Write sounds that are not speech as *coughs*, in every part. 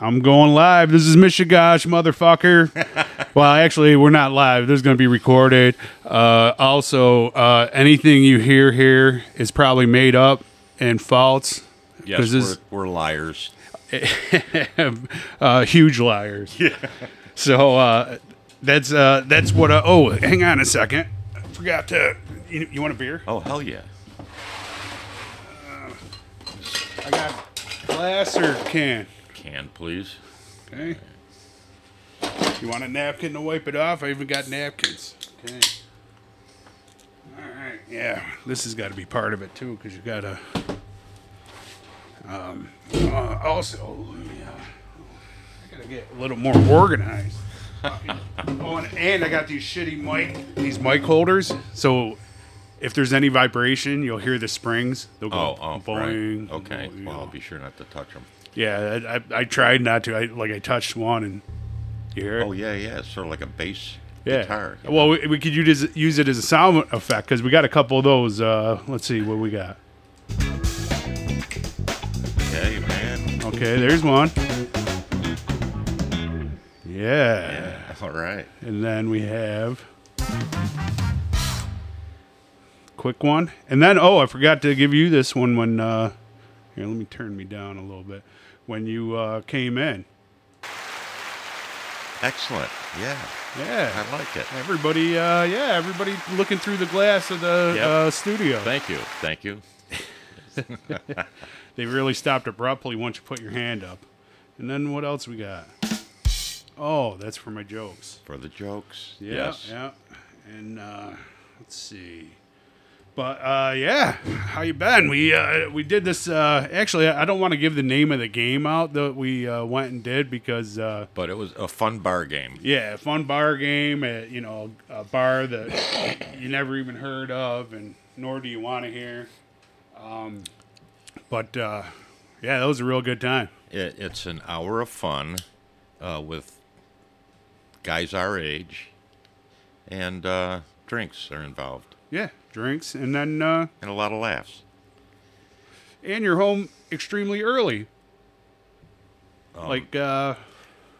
I'm going live. This is Mishigosh, motherfucker. *laughs* well, actually, we're not live. This is going to be recorded. Uh, also, uh, anything you hear here is probably made up and false. Yes, 'Cause we're, this- we're liars. *laughs* uh, huge liars. Yeah. So uh, that's uh, that's what. I, oh, hang on a second. I forgot to. You, you want a beer? Oh hell yeah! I got glass or can. Can please? Okay. You want a napkin to wipe it off? I even got napkins. Okay. All right. Yeah, this has got to be part of it too, because you gotta. Um. uh, also, let me, uh, I gotta get a little more organized. *laughs* oh, and, and I got these shitty mic, these mic holders. So, if there's any vibration, you'll hear the springs. They'll go Oh oh boing. right. Okay. you Well, know. be sure not to touch them. Yeah, I, I, I tried not to. I like I touched one and you hear it. Oh yeah, yeah. It's sort of like a bass yeah. guitar. Well, we, we could use it, use it as a sound effect because we got a couple of those. Uh, let's see what we got. Okay, man. Okay, there's one. Yeah, Yeah. All right. and then we have quick one, and then oh, I forgot to give you this one when. Uh, here, let me turn me down a little bit when you uh, came in. Excellent. Yeah, Yeah, I like it. Everybody, uh, yeah, everybody looking through the glass of the Yep. uh, studio. Thank you. Thank you. They really stopped abruptly once you put your hand up. And then what else we got? Oh, that's for my jokes. For the jokes. Yeah, yes. yeah. And uh, let's see. But uh, yeah, how you been? We uh, we did this. Uh, actually, I don't want to give the name of the game out that we uh, went and did because uh, But it was a fun bar game. yeah, fun bar game at you know a bar that you never even heard of, and nor do you want to hear. Um, but uh, yeah, that was a real good time. It, it's an hour of fun uh, with guys our age, and uh, drinks are involved, Yeah, drinks, and then uh, and a lot of laughs. and you're home extremely early. like uh,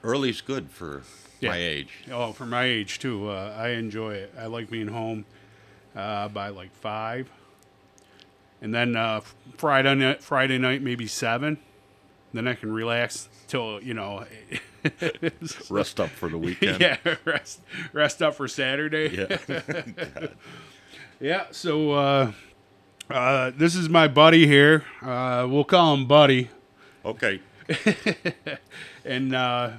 Early's good for Yeah. my age. oh, for my age too, uh, I enjoy it. I like being home uh, by like five, and then uh, Friday night, Friday night maybe seven. Then I can relax till you know. *laughs* Rest up for the weekend. *laughs* yeah, rest rest up for Saturday. Yeah. so uh, uh, this is my buddy here. Uh, we'll call him Buddy. Okay. And uh,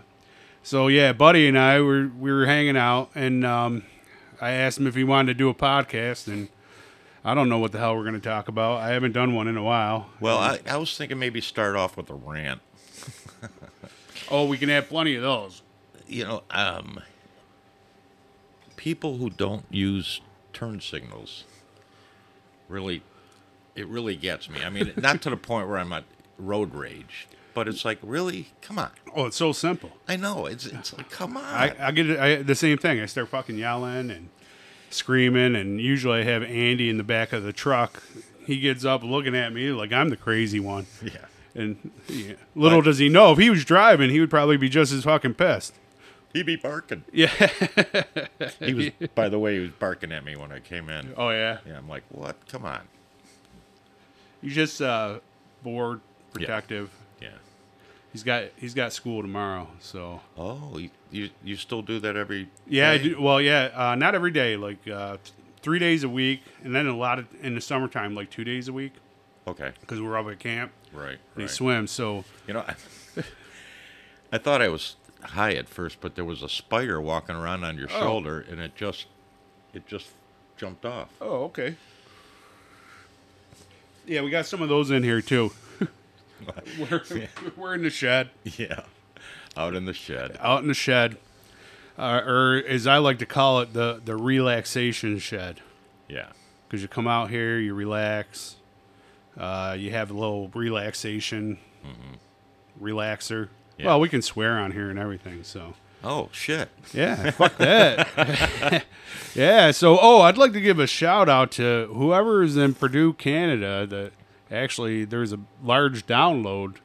so yeah, Buddy and I were we were hanging out, and um, I asked him if he wanted to do a podcast, and I don't know what the hell we're going to talk about. I haven't done one in a while. Well, I, I was thinking maybe start off with a rant. Oh, we can have plenty of those. You know, um, people who don't use turn signals really, it really gets me. I mean, not to the point where I'm at road rage, but it's like, really? Come on. Oh, it's so simple. I know. It's, it's like, come on. I, I get it, I, the same thing. I start fucking yelling and screaming, and usually I have Andy in the back of the truck. He gets up looking at me like I'm the crazy one. *laughs* yeah. And yeah, little does he know, if he was driving, he would probably be just as fucking pissed. He be barking. Yeah. He was, by the way, he was barking at me when I came in. oh, yeah. Yeah, I'm like, what? Come on. He's just uh, bored, Yeah. protective. Yeah. He's got he's got school tomorrow, so Oh, you, you, you still do that every yeah. I day? do, well, yeah, uh, not every day, like uh, th- three days a week, and then a lot of in the summertime, like two days a week, Okay. because we're up at camp. Right. They right. swim, so You know, I, *laughs* I thought I was high at first, but there was a spider walking around on your shoulder, and it just, it just jumped off. Oh, okay. Yeah, we got some of those in here *laughs* too. we're, we're in the shed, *laughs* Yeah, out in the shed. out in the shed, uh, or as I like to call it, the the relaxation shed. Yeah, Because you come out here, you relax, uh, you have a little relaxation relaxer. Yeah. Well, we can swear on here and everything, so. Oh shit! Yeah, *laughs* fuck that. *laughs* yeah, so oh, I'd like to give a shout out to whoever is in Purdue, Canada. That actually, there's a large download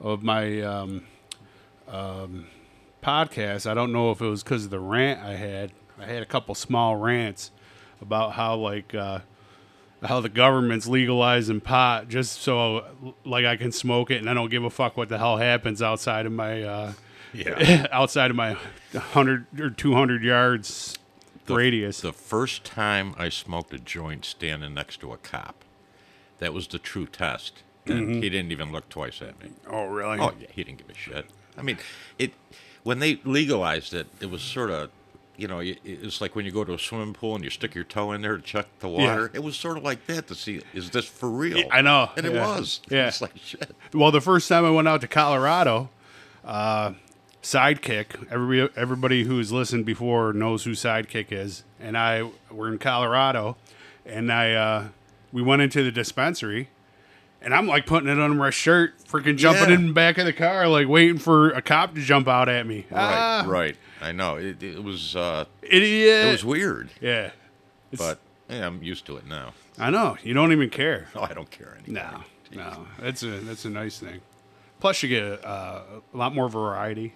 of my um, podcast. I don't know if it was because of the rant I had. I had a couple small rants about how like uh, how the government's legalizing pot just so like I can smoke it and I don't give a fuck what the hell happens outside of my uh, *laughs* Yeah. *laughs* outside of my hundred or two hundred yards radius. The first time I smoked a joint standing next to a cop, that was the true test. And he didn't even look twice at me. oh really? Oh yeah, he didn't give a shit. I mean, it when they legalized it, it was sort of, you know, it, it's like when you go to a swimming pool and you stick your toe in there to check the water. It was sort of like that to see is this for real? I know, and it yeah, was. yeah. it's like shit. Well, the first time I went out to Colorado, uh, Sidekick. Every everybody who's listened before knows who Sidekick is, and I were in Colorado, and I uh, we went into the dispensary, and I'm like putting it under my shirt, freaking jumping Yeah. in the back of the car, like waiting for a cop to jump out at me. Ah, Right, right. I know. It, it was. Uh, idiot! it was weird, yeah, It's- but yeah, I'm used to it now. I know you don't even care. No, I don't care anymore. No, no, that's a that's a nice thing. Plus, you get uh, a lot more variety.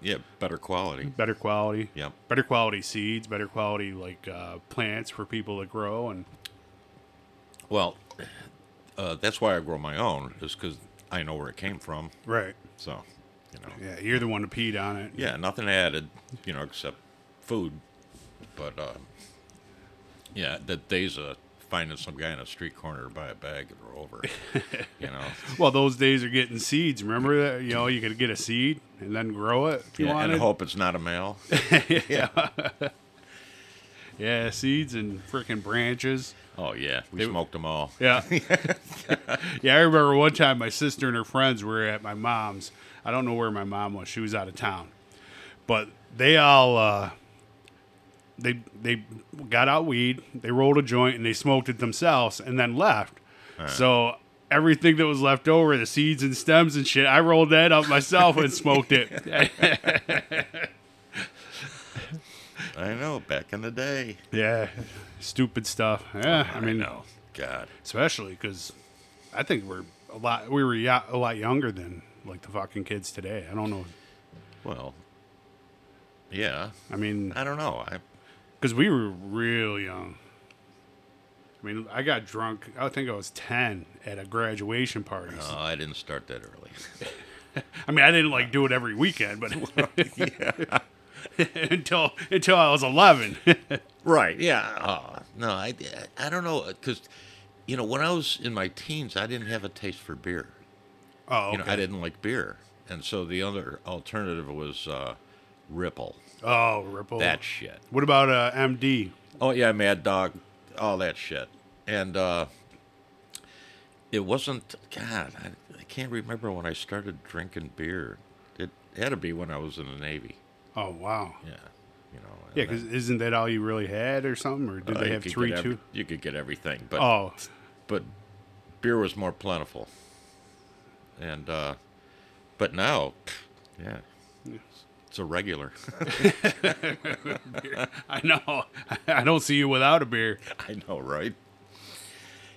Yeah, better quality. better quality. Yep. Better quality seeds, better quality like uh, plants for people to grow, and Well, uh, that's why I grow my own, is because I know where it came from. right. So, you know. Yeah, you're the one to peed on it. Yeah, nothing added, you know, except food. But uh, yeah, the days of finding some guy in a street corner by a bag are over. you know, Well, those days are getting seeds. Remember that? You know, you could get a seed and then grow it if you yeah, wanted. and hope it's not a male. yeah, seeds and freaking branches. oh yeah, we smoked them all. Yeah. *laughs* yeah, I remember one time my sister and her friends were at my mom's. I don't know where my mom was. She was out of town. But they all uh they they got out weed, they rolled a joint and they smoked it themselves and then left. So everything that was left over, the seeds and stems and shit, I rolled that up myself and smoked it. *laughs* I know, back in the day. Yeah. Stupid stuff. Yeah, I mean no, God, especially cuz I think we're a lot we were ya- a lot younger than like the fucking kids today. I don't know well, yeah, I mean, I don't know. I because we were real young. I mean, I got drunk. I think I was ten at a graduation party. no, uh, I didn't start that early. I mean, I didn't like do it every weekend, but *laughs* *laughs* until until I was eleven. *laughs* Right. Yeah. Oh, no, I, I don't know because, you know, when I was in my teens, I didn't have a taste for beer. oh, You know, I okay. didn't like beer, and so the other alternative was uh, Ripple. oh, Ripple. That shit. what about uh, MD? Oh yeah, Mad Dog, all that shit, and uh, it wasn't. God, I, I can't remember when I started drinking beer. It had to be when I was in the Navy. Oh, wow. Yeah. You know. and Yeah, then- because isn't that all you really had, or something? Or did uh, they you have could get three, every- two? you could get everything, but Oh, but beer was more plentiful. And uh but now, pff, yeah. It's a regular. *laughs* I know. I don't see you without a beer. *laughs* I know, right?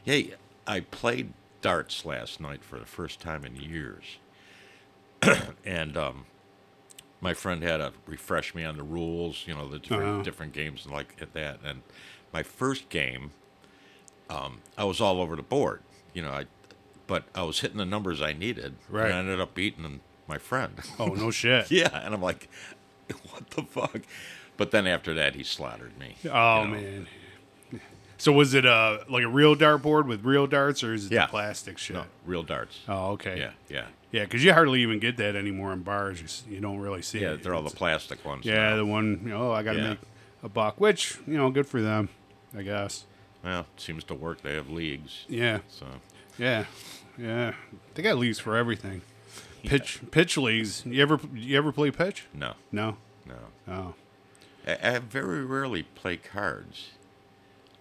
Hey, I played darts last night for the first time in years. *clears throat* and um my friend had to refresh me on the rules, you know, the different, Uh-huh. different games and like at that. And my first game, um, I was all over the board, you know, I, but I was hitting the numbers I needed. Right. And I ended up beating my friend. *laughs* Oh, no shit. yeah. And I'm like, *laughs* what the fuck? But then after that, he slaughtered me. Oh you know. man. So was it uh like a real dartboard with real darts or is it Yeah. the plastic shit? No, real darts. Oh, okay. Yeah, yeah. Yeah, because you hardly even get that anymore in bars. You, s- you don't really see Yeah, it. they're all the It's- plastic ones. yeah, now. the one, you know, oh, I got to Yeah. make a buck, which, you know, good for them, I guess. Well, it seems to work. They have leagues. Yeah, So, yeah, yeah. They got leagues for everything. Pitch pitch leagues. You ever you ever play pitch? no, No. no. Oh. I, I very rarely play cards.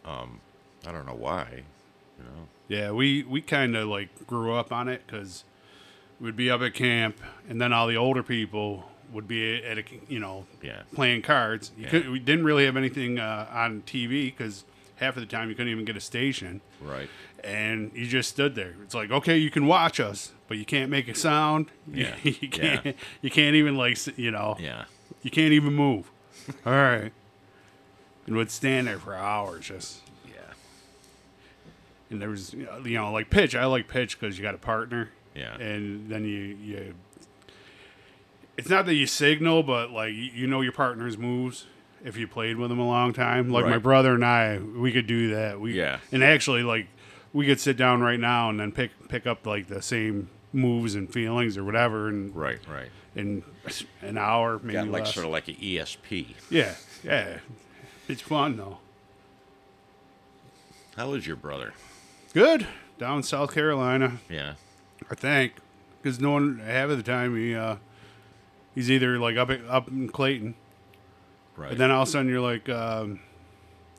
Um, I don't know why. You know. Yeah, we we kind of like grew up on it because we'd be up at camp, and then all the older people would be at a you know Yeah. playing cards. You Yeah. could, we didn't really have anything uh, on TV because half of the time you couldn't even get a station, Right. and you just stood there. It's like, okay, you can watch us, but you can't make a sound. *laughs* You- Yeah. You, Yeah. can't. You can't even like s- you know. Yeah. You can't even move. All right. And would stand there for hours just. Yeah. And there was, you know, like pitch. I like pitch because you got a partner. Yeah. And then you, you, it's not that you signal, but like you you know your partner's moves if you played with them a long time. Like my Right. brother and I, we could do that. We, Yeah. And actually, like we could sit down right now and then pick pick up like the same moves and feelings or whatever, and Right. Right. in an hour maybe Got like less. sort of like E an ESP. Yeah, yeah. It's fun though. How is your brother? Good down in South Carolina, Yeah. I think, because no one half of the time he uh, he's either like up up in Clayton, Right. but then all of a sudden you're like, um,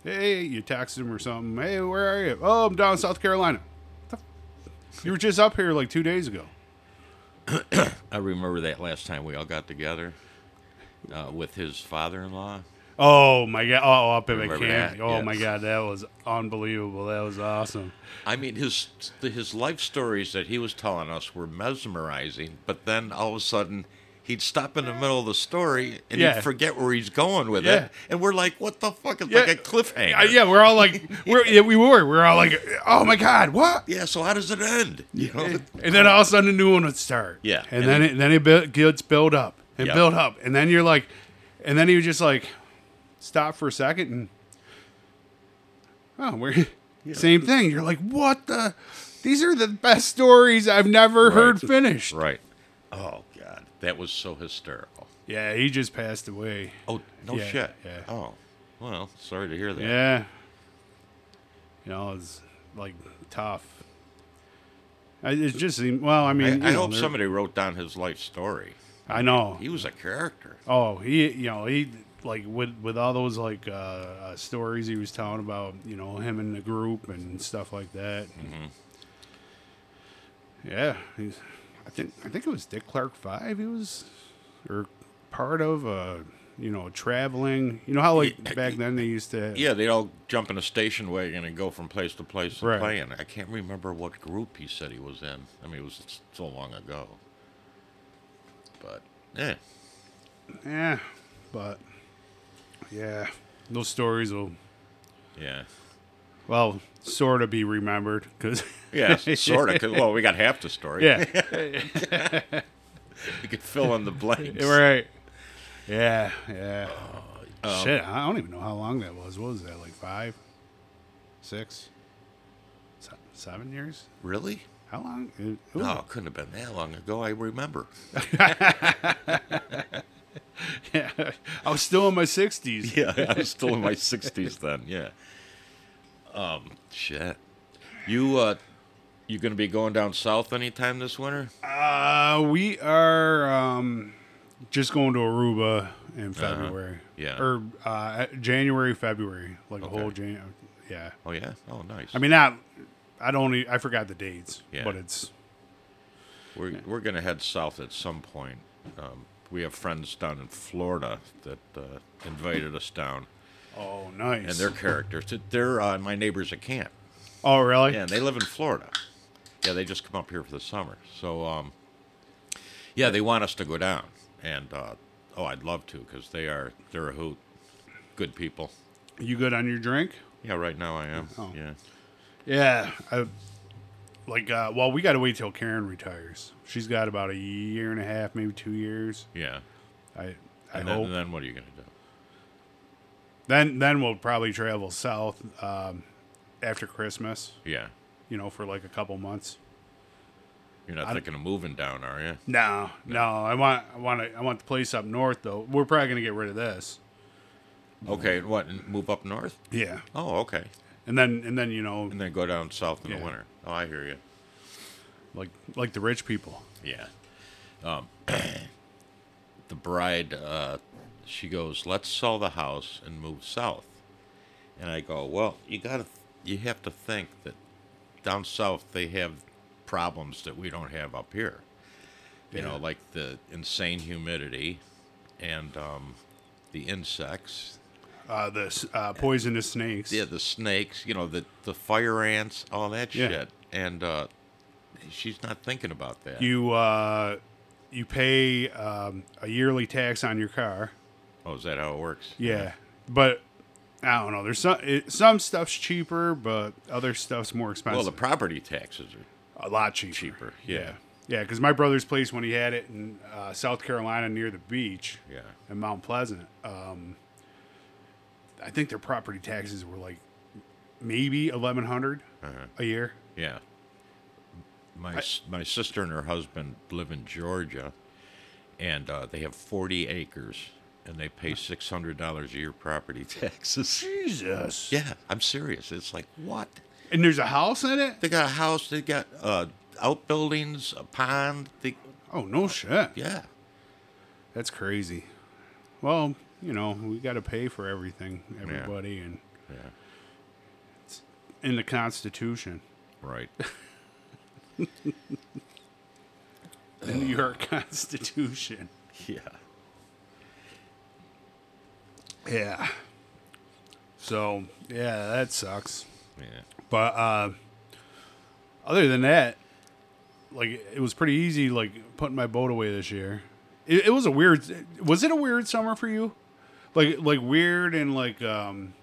hey, you text him or something. Hey, where are you? Oh, I'm down in South Carolina. The f- You were just up here like two days ago. I remember that last time we all got together uh, with his father-in-law. Oh my god! Oh, up at Remember McCamp. that? Oh my Yes. god, that was unbelievable. That was *laughs* awesome. I mean, his his life stories that he was telling us were mesmerizing. But then all of a sudden, he'd stop in the middle of the story and Yeah. he'd forget where he's going with Yeah. it, and we're like, "What the fuck?" It's Yeah. like a cliffhanger. Uh, yeah, we're all like, we're, yeah, we were. We were all like, oh my god, what? Yeah, So how does it end? You know? and then all of a sudden a new one would start. Yeah. and, And then it, then it built, gets built up and Yep. built up, and then you're like, and then you just like stop for a second and oh, we're *laughs* same thing. You're like, what the? These are the best stories I've never heard finished. Right. Oh God, that was so hysterical. Yeah, he just passed away. Oh no Yeah, shit. yeah. Oh well, sorry to hear that. Yeah, you know it's like tough. I, it just seemed well. I mean, I, you I know, hope there- somebody wrote down his life story. I know He was a character. Oh, he, you know, he like with with all those like uh, uh, stories he was telling about, you know, him and the group and stuff like that. Yeah, he's, I think I think it was Dick Clark Five. He was or part of, uh, you know, traveling. You know how like back then they used to. Yeah, they all jump in a station wagon and go from place to place and Right. play. And I can't remember what group he said he was in. I mean, it was so long ago. But eh, yeah, yeah, but yeah, those stories will yeah, well sort of be remembered because yeah, *laughs* sort of. Well, we got half the *laughs* story. *laughs* yeah. we could fill in the blanks. Right. Yeah, yeah. Oh, Shit, I don't even know how long that was. What was that, like five, six, se- seven years? Really? How long? It, it was- *laughs* No, it couldn't have been that long ago. I remember. I was still in my 60s. *laughs* Yeah, I was still *laughs* in my sixties then. Yeah. Um, shit. You uh, you gonna be going down south anytime this winter? Uh, we are um, just going to Aruba in February. Uh-huh. Yeah. Or uh, January, February. Like a whole Okay. Jan. Yeah. Oh yeah. Oh nice. I mean, not. I don't. e- I forgot the dates, Yeah. but it's We're, we're going to head south at some point. Um, we have friends down in Florida that uh, invited us down, oh nice. and their characters. They're uh, my neighbors at camp. oh really? Yeah, and they live in Florida. Yeah, they just come up here for the summer. So, um, yeah, they want us to go down, and uh, oh, I'd love to because they are they're a hoot, good people. You good on your drink? Yeah, right now I am. Oh. Yeah, Yeah, I, like uh, well, we got to wait till Karen retires. She's got about a year and a half, maybe two years. yeah. I I And then, hope. and then what are you going to do? Then then we'll probably travel south um, after Christmas. Yeah, You know, for like a couple months. you're not thinking of moving down, are you? No, no, I want I want to, I want the place up north though. We're probably gonna get rid of this. Okay, and what? and Move up north? Yeah, Oh, okay. and then and then you know and then go down south in Yeah. the winter. Oh, I hear you. like like the rich people. Yeah. Um, *clears throat* the bride, uh, she goes, "Let's sell the house and move south." And I go, "Well, you gotta, you have to think that down south they have problems that we don't have up here. You know, Yeah. like the insane humidity and um, the insects." uh, the s- uh, poisonous snakes. Yeah, the snakes, you know, the the fire ants, all that Yeah. shit. And uh, she's not thinking about that. You uh, you pay um, a yearly tax on your car. oh, is that how it works? Yeah, but I don't know. There's some it, some stuff's cheaper, but other stuff's more Well, expensive. the property taxes are a lot cheaper. cheaper. Yeah. Yeah, because my brother's place when he had it in uh, South Carolina near the beach Yeah. in Mount Pleasant, um, I think their property taxes were like maybe eleven hundred Uh-huh. a year. Yeah. My s my sister and her husband live in Georgia, and uh, they have forty acres, and they pay six hundred dollars a year property *laughs* taxes. Jesus. Yeah, I'm serious. It's like what? And there's a house in it. They got a house. They got uh, outbuildings, a pond. They, Oh no shit. yeah. That's crazy. Well, you know, we got to pay for everything, everybody, and Yeah. in the Constitution, *laughs* Right. the *laughs* New York Constitution. yeah. Yeah. So yeah, that sucks. Yeah. But uh, other than that, like it was pretty easy. Like putting my boat away this year. It, it was a weird. Was it a weird summer for you? Like like weird and like um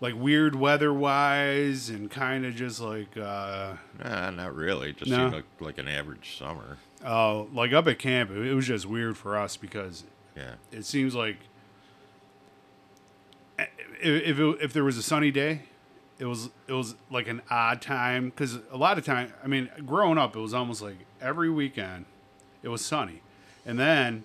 like weird weather wise and kind of just like uh Nah, not really. It just No. seemed like, like an average summer. uh like up at camp. It, it was just weird for us because Yeah. it seems like i- if it, if there was a sunny day, it was it was like an odd time because a lot of time, I mean, growing up, it was almost like every weekend it was sunny, and then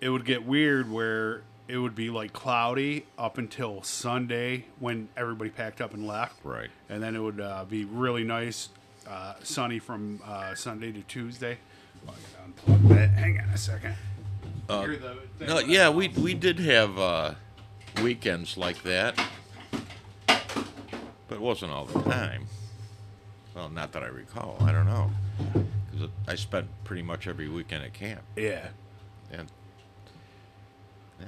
it would get weird where it would be like cloudy up until Sunday when everybody packed up and left, Right. and then it would uh, be really nice, uh, sunny from uh, Sunday to Tuesday. Well, I gotta Unplug that. Hang on a second. Hear the thing Uh, No, about- yeah, we we did have uh, weekends like that, but it wasn't all the time. Well, not that I recall. I don't know, because I spent pretty much every weekend at camp, Yeah. and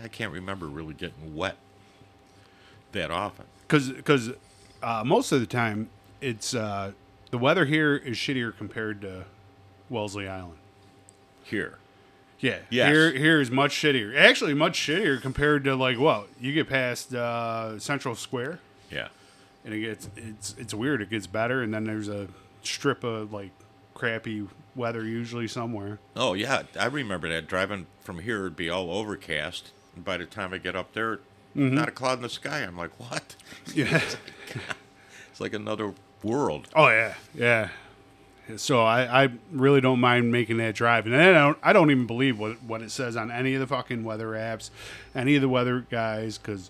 I can't remember really getting wet that often. Cause, cause uh, most of the time it's uh, the weather here is shittier compared to Wellesley Island. Here, Yeah. Yes. Here here is much shittier. Actually much shittier compared to like what? You get past uh, Central Square yeah, and it gets it's it's weird. It gets better and then there's a strip of like crappy weather usually somewhere. *laughs* oh yeah, I remember that driving from here would be all overcast, and by the time I get up there, not a cloud in the sky. I'm like, what? Yeah. It's like another world. Oh yeah, yeah. So I, I really don't mind making that drive, and then I don't I don't even believe what what it says on any of the fucking weather apps, any of the weather guys, because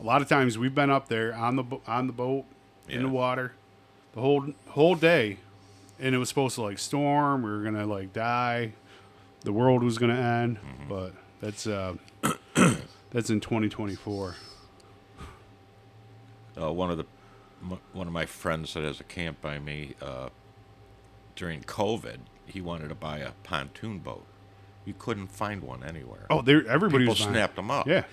a lot of times we've been up there on the bo- on the boat in the Yeah. water the whole whole day, and it was supposed to like storm, we were gonna like die, the world was gonna end, Mm-hmm. but that's uh that's in 2024. uh, one of the m- one of my friends that has a camp by me uh, during COVID, he wanted to buy a pontoon boat. You couldn't find one anywhere. Oh, there everybody people was buying- snapped them up. Yeah,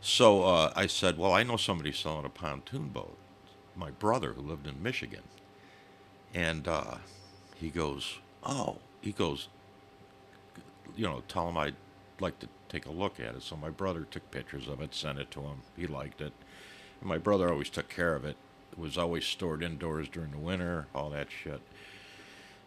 So uh, I said, "Well, I know somebody selling a pontoon boat. My brother who lived in Michigan." And uh, he goes, "Oh," he goes, "You know, tell him I'd like to take a look at it." So my brother took pictures of it, sent it to him. He liked it. And my brother always took care of it. It was always stored indoors during the winter, all that shit.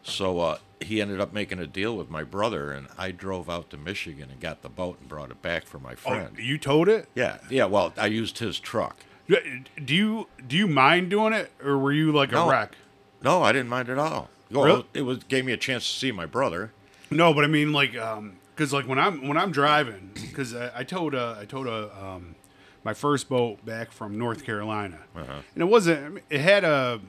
So uh, he ended up making a deal with my brother, and I drove out to Michigan and got the boat and brought it back for my oh, friend. you towed it. Yeah, yeah. Well, I used his truck. Do you do you mind doing it, or were you like No. a wreck? No, I didn't mind at all. Well, Really? it was gave me a chance to see my brother. No, but I mean like um, cause like when I'm when I'm driving, cause I, I towed a I towed a um, my first boat back from North Carolina, Uh-huh. and it wasn't I mean, it had a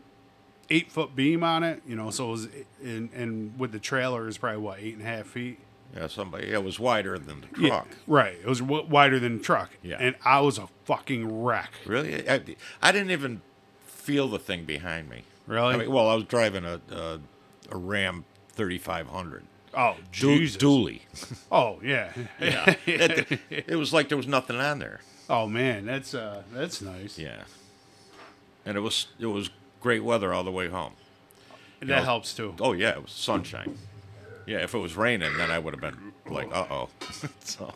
eight foot beam on it, you know, so it was and and with the trailer it was probably what eight and a half feet. Yeah, somebody. It was wider than the truck. Right, it was w- wider than the truck. Yeah. and I was a fucking wreck. Really, I, I didn't even feel the thing behind me. Really? I mean, well, I was driving a a, a Ram thirty five hundred. Oh, Du- Jesus. Dooley. Oh, yeah. Yeah. it, it was like there was nothing on there. *laughs* Oh man, that's uh, that's nice. Yeah. And it was it was great weather all the way home. that know, helps too. Oh yeah, it was sunshine. Yeah, if it was raining, then I would have been like, uh oh. *laughs* so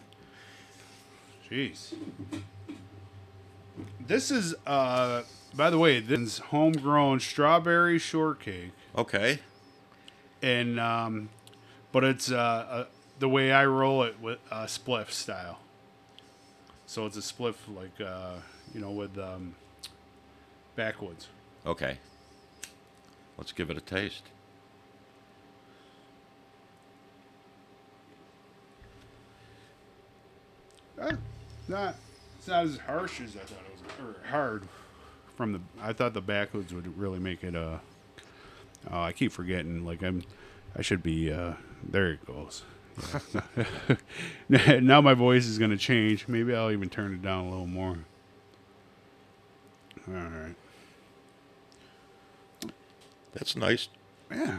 Jeez. This is uh, by the way, this is homegrown strawberry shortcake, okay. and um, but it's uh, uh the way I roll it with uh, spliff style. So it's a spliff like uh, you know with um, backwoods. Okay. Let's give it a taste. Eh, not it's not as harsh as I thought it was, or hard. From the, I thought the backwoods would really make it. Uh, oh, I keep forgetting. Like I'm, I should be. Uh, there it goes. *laughs* now my voice is gonna change. Maybe I'll even turn it down a little more. All right. That's nice. Yeah.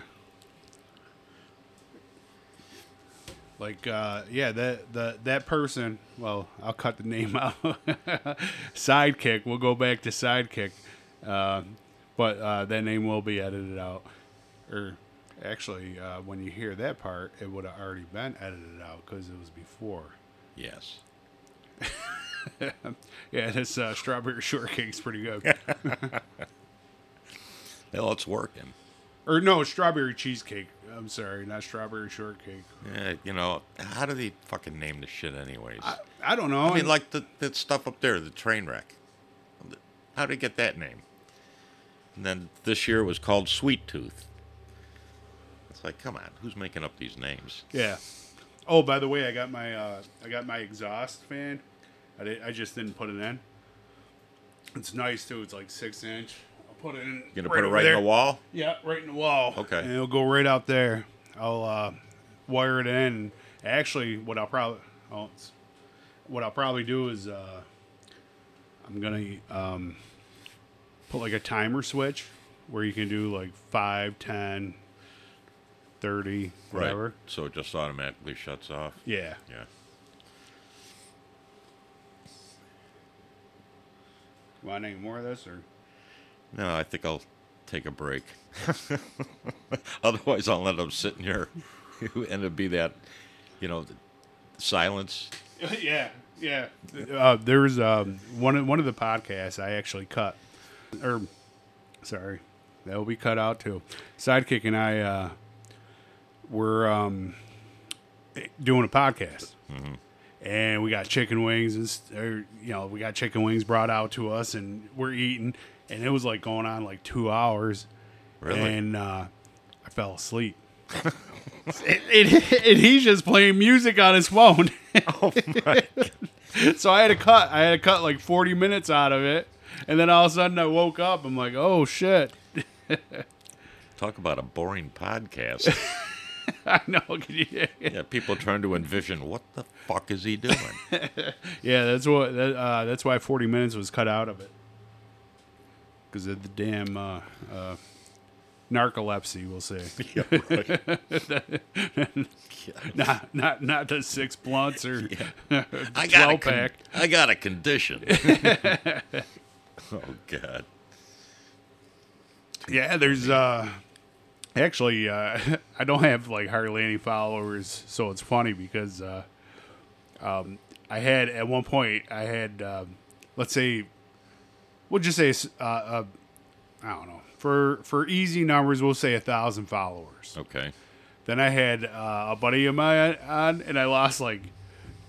Like uh yeah, that the that person, well, I'll cut the name *laughs* out. sidekick, we'll go back to sidekick. Uh, but uh that name will be edited out. Or actually uh when you hear that part, it would have already been edited out cuz it was before. Yes. Yeah, this uh, strawberry *laughs* shortcake's pretty good. Well, it's working. or no, strawberry cheesecake. I'm sorry, not strawberry shortcake. Yeah, you know, how do they fucking name the shit anyways? I, I don't know. I mean, like the, that stuff up there, the train wreck. How did it get that name? And then this year was called Sweet Tooth. It's like, come on, who's making up these names? Yeah. Oh, by the way, I got my uh, I got my exhaust fan. I did, I just didn't put it in. It's nice too. It's like six inch. I'll put it in. You gonna put it over right in the there. wall? Yeah, right in the wall. Okay. And it'll go right out there. I'll uh, wire it in. Actually, what I'll probably oh, it's, what I'll probably do is uh, I'm gonna um, put like a timer switch where you can do like 5, 10, 30, whatever. Right. So it just automatically shuts off. Yeah. Yeah. Want any more of this or? No, I think I'll take a break. *laughs* Otherwise, I'll end up sitting here, *laughs* and it'd be that, you know, the silence. *laughs* yeah, yeah. Uh, there was um, one of, one of the podcasts I actually cut, or sorry, that will be cut out too. Sidekick and I uh, were um, doing a podcast, and we got chicken wings, and s- or, you know we got chicken wings brought out to us, and we're eating, and it was like going on like two hours, Really? and uh, I fell asleep. and, and- and he's just playing music on his phone. *laughs* so I had to cut. I had to cut like 40 minutes out of it, and then all of a sudden I woke up. I'm like, oh shit! *laughs* Talk about a boring podcast. *laughs* I know. *laughs* Can you- yeah, people trying to envision what the fuck is he *laughs* doing? yeah, that's what. That, uh, that's why 40 minutes was cut out of it because of the damn uh, uh, narcolepsy. We'll say yeah, right. not not not the six blunts or I got a 12 con- pack. I got *laughs* a condition. oh God. Yeah, there's uh actually uh *laughs* I don't have like hardly any followers, so it's funny because uh um I had at one point I had um let's say we'll just say uh, uh I don't know. For for easy numbers, we'll say a 1,000 followers. Okay. Then I had uh, a buddy of mine on and I lost like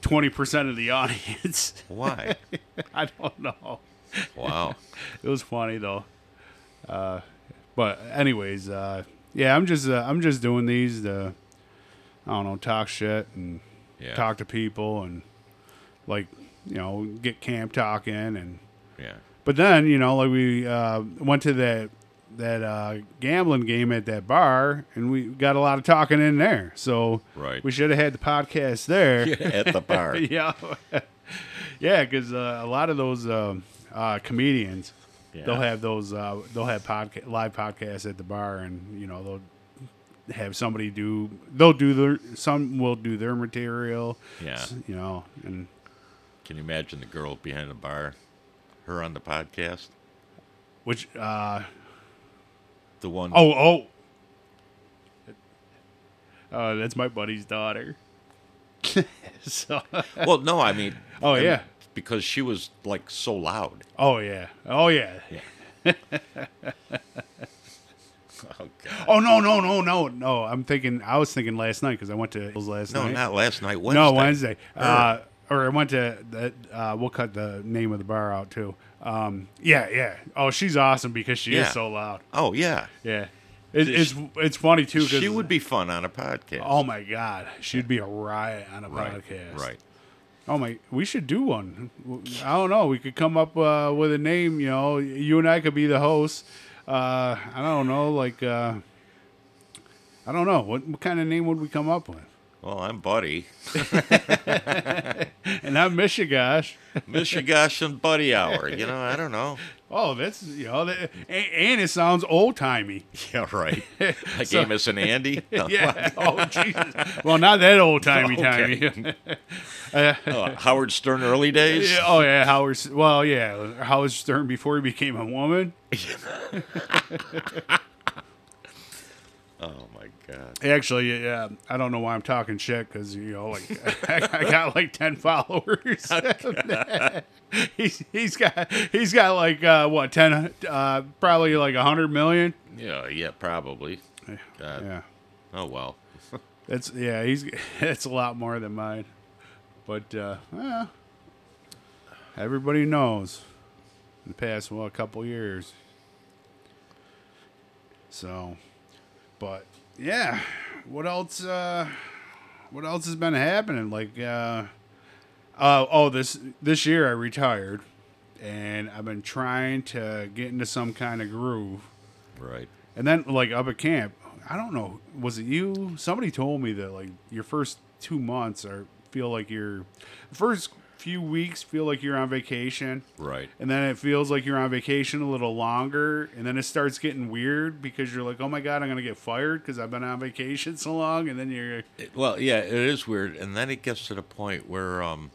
20% of the *laughs* audience. *laughs* Why? I don't know Wow. it was funny though. Uh, but anyways, uh, yeah, I'm just uh, I'm just doing these to I don't know talk shit and Yeah. talk to people and like you know get camp talking and Yeah. but then you know like we uh, went to that that uh, gambling game at that bar and we got a lot of talking in there so Right. we should have had the podcast there At *laughs* the bar. yeah, yeah, because uh, a lot of those um uh, comedians, Yeah. they'll have those uh, they'll have podca- live podcasts at the bar, and you know they'll have somebody do. They'll do their. Some will do their material. Yeah. s- You know, and Can you imagine the girl behind the bar, her on the podcast, which. uh the one Oh oh. Uh, that's my buddy's daughter. so. Well, no, I mean, Oh, I mean, yeah. because she was like so loud. Oh yeah. Oh yeah. Oh God. *laughs* Oh no no no no no! I'm thinking. I was thinking last night because I went to Hills last No, night. not last night. Wednesday. No, Wednesday. Uh, or I went to the. Uh, we'll cut the name of the bar out too. Um, yeah, yeah. Oh, she's awesome because she Yeah. is so loud. Oh yeah, Yeah, it, it's it's funny too. 'cause- she would be fun on a podcast. Oh my god, she'd be a riot on a podcast. Right. Oh my, we should do one. I don't know. We could come up uh, with a name. You know, you and I could be the hosts. Uh, I don't know, like uh, I don't know what, what kind of name would we come up with? Well, I'm Buddy. And I'm Mishigash. Michigash and Buddy Hour. You know, I *laughs* don't know. Oh, that's you know, that, and, and it sounds old timey. Yeah, *laughs* right. Like Amos *laughs* and Andy. No. Yeah. oh Jesus. Well, not that old timey Okay. timey. Uh, Howard Stern early days. Yeah, oh yeah, Howard. S- Well, yeah, Howard Stern before he became a woman. Oh my God. Actually, yeah, I don't know why I'm talking shit because you know, like *laughs* I, got like ten followers. *laughs* he's he's got he's got like uh, what ten, uh, probably like hundred million. Yeah, yeah, probably. God. Yeah, Oh well. that's yeah, he's *laughs* that's a lot more than mine. But uh, yeah, everybody knows in the past well a couple years. So, but yeah, what else? Uh, what else has been happening? Like, uh, uh, oh this this year I retired, and I've been trying to get into some kind of groove. Right. And then like up at camp, I don't know, was it you? Somebody told me that like your first two months are feel like you're first few weeks feel like you're on vacation. Right. And then it feels like you're on vacation a little longer, and then it starts getting weird because you're like, "Oh my god, I'm gonna get fired because I've been on vacation so long." And then you're, Well, yeah, it is weird, and then it gets to the point where um,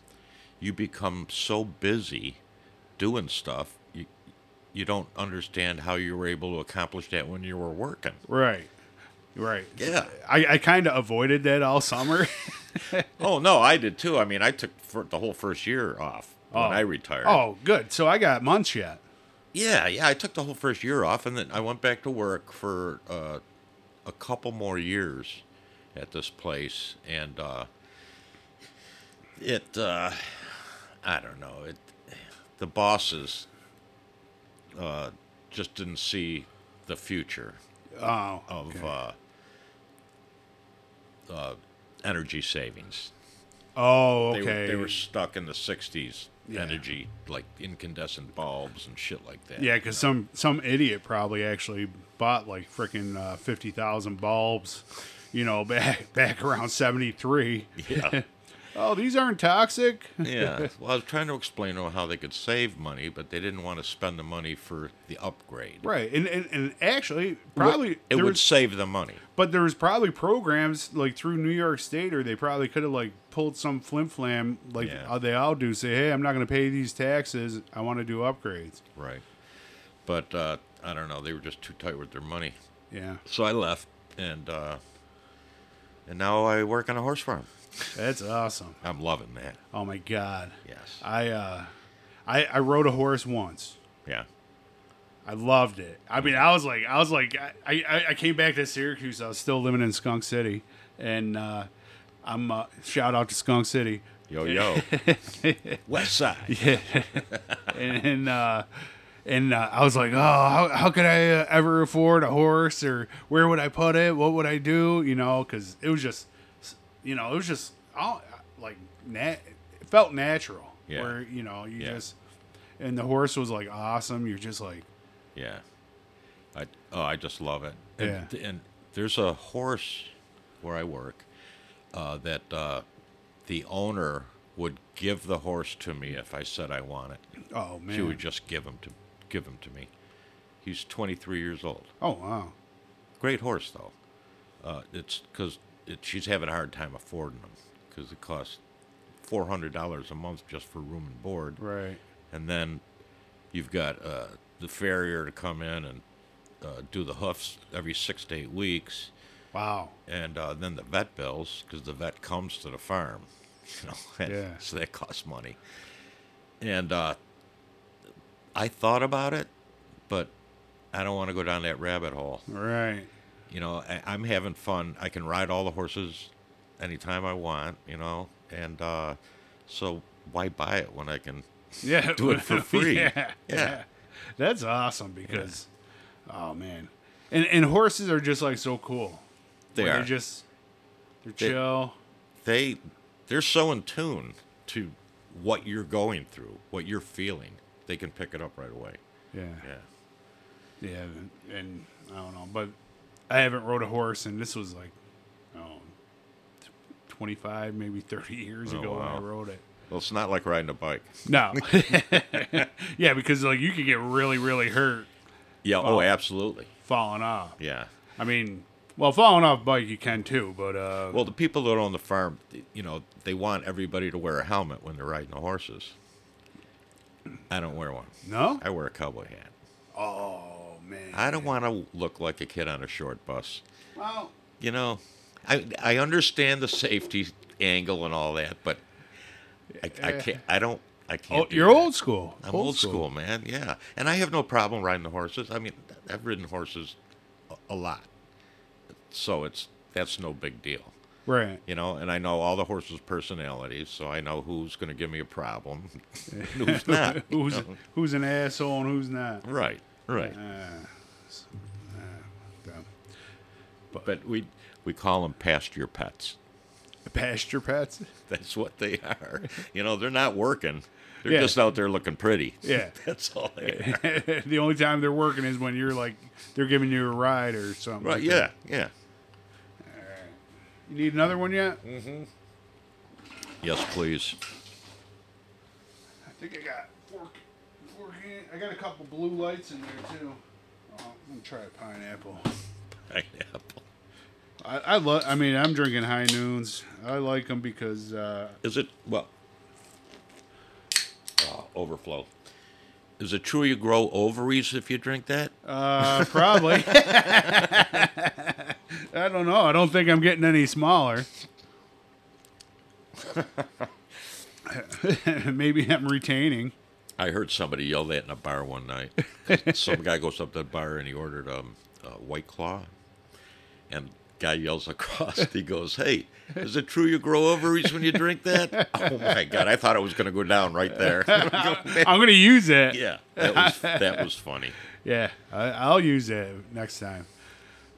you become so busy doing stuff you you don't understand how you were able to accomplish that when you were working. right, right. Yeah. I, I kind of avoided that all summer. *laughs* Oh no, I did too. I mean, I took for the whole first year off when I retired. oh, good. So I got months yet. yeah, yeah, I took the whole first year off, and then I went back to work for uh, a couple more years at this place, and uh, it uh, I don't know it the bosses uh, just didn't see the future Oh, of uh, uh, energy savings. oh, They, okay. were, they were stuck in the 60s energy, like incandescent bulbs and shit like that. Yeah, because some some idiot probably actually bought like freaking uh, fifty thousand bulbs, you know, *laughs* back back around seventy three. Yeah. *laughs* Oh, these aren't toxic. *laughs* yeah. Well, I was trying to explain to 'em how they could save money, but they didn't want to spend the money for the upgrade. Right, and and, and actually, probably it there would was, save the money. but there was probably programs like through New York State, or they probably could have like pulled some flim flam like Yeah. uh, they all do. Say, hey, I'm not going to pay these taxes. I want to do upgrades. Right. But uh, I don't know. They were just too tight with their money. Yeah, So I left, and uh, and now I work on a horse farm. that's awesome. I'm loving that. Oh my god, Yes. I uh, I I rode a horse once. yeah. I loved it. I mean, I was like, I was like, I, I, I came back to Syracuse. I was still living in Skunk City, and uh, I'm uh, shout out to Skunk City. *laughs* Yo yo. West side. and and, uh, and uh, I was like, oh, how, how could I uh, ever afford a horse, or where would I put it? What would I do? You know, because it was just, you know, it was just all like nat- it felt natural. Yeah. Where you know you Yeah. just, and the horse was like awesome. You're just like, Yeah. I oh, I just love it. And, Yeah. and there's a horse where I work uh, that uh, the owner would give the horse to me if I said I want it. oh man, She would just give him to give him to me. He's 23 years old. oh wow, Great horse though. Uh, it's because it, she's having a hard time affording them because it costs four hundred dollars a month just for room and board, Right. and then you've got uh, the farrier to come in and uh, do the hoofs every six to eight weeks, Wow. and uh, then the vet bills because the vet comes to the farm, *laughs* you know, and Yeah. so that costs money. And uh, I thought about it, but I don't want to go down that rabbit hole. Right. You know, I, I'm having fun. I can ride all the horses anytime I want. You know, and uh, so why buy it when I can? Yeah. Do it *laughs* for free. yeah. Yeah. That's awesome because, oh man, and and horses are just like so cool. They Where are. They're just they're chill. They they're so in tune to what you're going through, what you're feeling. They can pick it up right away. yeah. Yeah. Yeah. And, and I don't know, but I haven't rode a horse, and this was like, oh, twenty five, maybe thirty years Oh, ago when I wow. rode it. Well, it's not like riding a bike. No. *laughs* yeah, because like you could get really, really hurt Yeah. Oh, absolutely. falling off. Yeah. I mean, well, falling off bike you can too, but uh, Well, the people that own the farm, you know, they want everybody to wear a helmet when they're riding the horses. I don't wear one. no. I wear a cowboy hat. Oh man. I don't want to look like a kid on a short bus. Well, You know, I I understand the safety angle and all that, but I, I can't. I don't. I can't. oh, do you're that. old school. I'm old, school. man. Yeah, and I have no problem riding the horses. I mean, I've ridden horses a, a lot, so it's that's no big deal, Right. you know. And I know all the horses' personalities, so I know who's going to give me *laughs* a problem, and who's not. who's who's an asshole and who's not? Right, right. Ah, Dumb. But we we call them pasture pets. *laughs* Pasture pets. That's what they *laughs* are. You know, they're not working. They're Yeah. just out there looking pretty. Yeah. *laughs* that's all they *laughs* are. *laughs* the only time they're working is when you're like they're giving you a ride or something. Right? like Yeah, that. yeah. You need another one yet? Mm. Yes, please. I think I got fork. fork in- I got a couple blue lights in there too. Oh, I'm gonna try a pineapple. Pineapple. I, I love. I mean, I'm drinking high noons. I like them because uh, Is it well? Uh, overflow. Is it true you grow ovaries if you drink that? Uh, *laughs* probably. I don't know. I don't think I'm getting any smaller. *laughs* Maybe I'm retaining. I heard somebody yell that in a bar one *laughs* night. Some guy goes up to the bar and he ordered um, a White Claw, and guy yells *laughs* across. He goes, "Hey, is it true you grow ovaries when you drink *laughs* that?" Oh my God! I thought I was going to go down right there. I'm gonna use it. *laughs* yeah, that was that was funny. Yeah, I, I'll use it next time.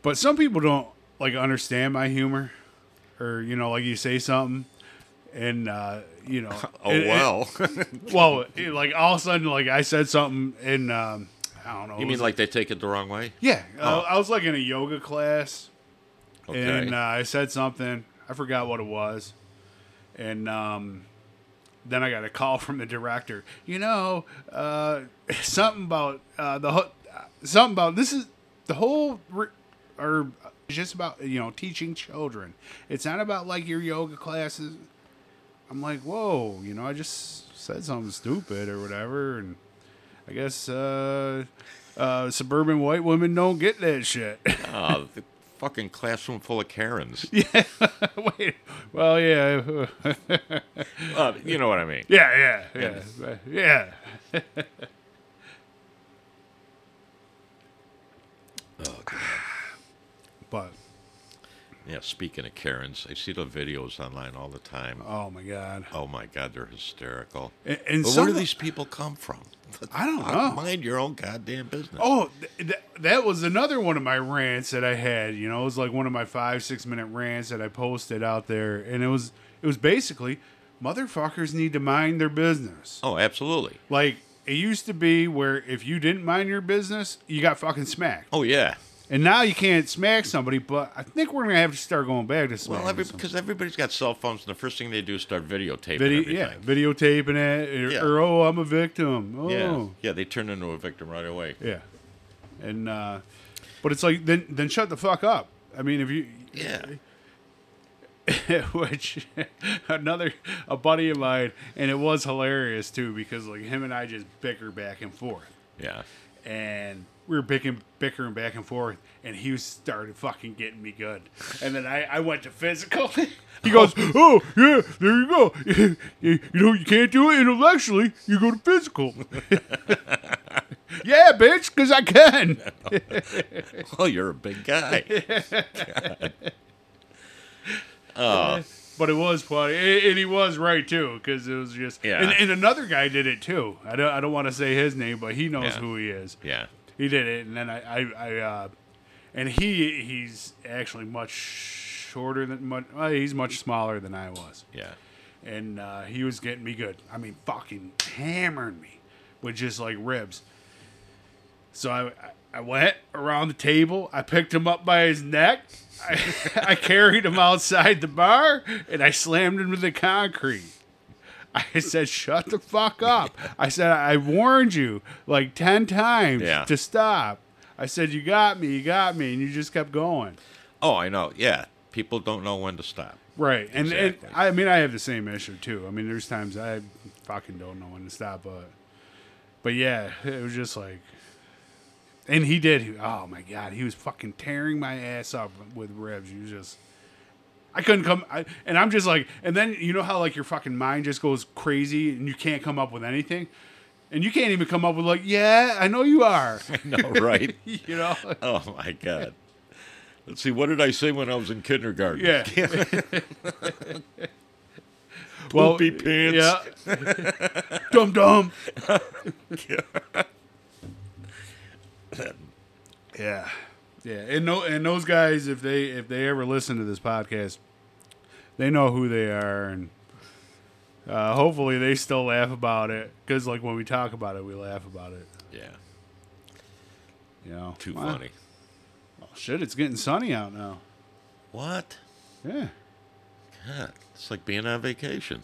But some people don't like understand my humor, or you know, like you say something, and uh, you know, *laughs* Oh it- it- wow! well, it- like all of a sudden, like I said something, and um, I don't know. it you was mean like Oh. they take it the wrong way? Yeah, uh, I was like in a yoga class, Okay. and uh, I said something. I forgot what it was, and um, then I got a call *laughs* from the director. You know, uh, *laughs* something about uh, the ho- uh, something about this is the whole re- or it's just about you know teaching children. It's not about like your yoga classes. I'm like, whoa, you know, I just said something stupid or whatever, and I guess uh, uh, suburban white women don't get that shit. *laughs* Ah, the fucking classroom full of Karens. Wait, well, yeah, yeah, Uh, you know what I mean. yeah, yeah, yeah. *laughs* Oh, But Yeah, speaking of Karens, I see the videos online all the time. oh my god, Oh my God, they're hysterical. and, and But some where do these people come from? I don't Fuck, know. Mind your own goddamn business. Oh, th- th- that was another one of my rants that I had. You know, it was like one of my five, six minute rants that I posted out there, and it was it was basically motherfuckers need to mind their business. Oh, absolutely. Like it used to be where if you didn't mind your business, you got fucking smacked, Oh yeah. and now you can't smack somebody. But I think we're gonna have to start going back to smacking. Well, every, some- because everybody's got cell phones, and the first thing they do is start videotaping Video, everything. yeah, videotaping it, or, Yeah. or, oh, I'm a victim. Oh, yeah, yeah. They turn into a victim right away. Yeah. And uh but it's like then then shut the fuck up. I mean, if you Yeah. *laughs* which *laughs* another a buddy of mine and it was hilarious too because like him and I just bicker back and forth *laughs* Yeah. and we were bickering, bickering back and forth, and he was started fucking getting me good. And then I, I went to physical. *laughs* he goes, "Oh yeah, there you go. *laughs* you, you know you can't do it intellectually. You go to physical." *laughs* yeah, bitch, because I can. Oh, you're a *laughs* big guy. *laughs* Oh, But it was funny, A- and he was right too, because it was just. Yeah. And, and another guy did it too. I don't, I don't want to say his name, but he knows Yeah. who he is. Yeah. He did it, and then I, I, I uh, and he, he's actually much shorter than much. Well, he's much smaller than I was, Yeah. and uh, he was getting me good. I mean, fucking hammering me with just like ribs. So I, I- I went around the table. I picked him up by his neck. I, *laughs* I carried him outside the bar, and I slammed him to the concrete. I said, "Shut the fuck up!" I said, "I warned you like ten times Yeah. to stop." I said, "You got me, you got me," and you just kept going. Oh, I know. Yeah. People don't know when to stop. *laughs* Right, and, Exactly. and I mean, I have the same issue too. I mean, there's times I fucking don't know when to stop, but but yeah, it was just like, and he did. he- oh my god, he was fucking tearing my ass up with ribs. You just, I couldn't come, I, and I'm just like, and then you know how like your fucking mind just goes crazy and you can't come up with anything, and you can't even come up with like, yeah, I know you are, *laughs* No, right? you know, oh, my God. Let's see. What did I say when I was in kindergarten? yeah. Poopy pants. Yeah. *laughs* dum *laughs* dum. yeah. Yeah. And no and those guys if they if they ever listen to this podcast, they know who they are and uh, hopefully they still laugh about it cuz like when we talk about it, we laugh about it, *laughs* Yeah. you know. Too Well, funny. oh, shit, it's getting sunny out now. What? Yeah. God, it's like being on vacation.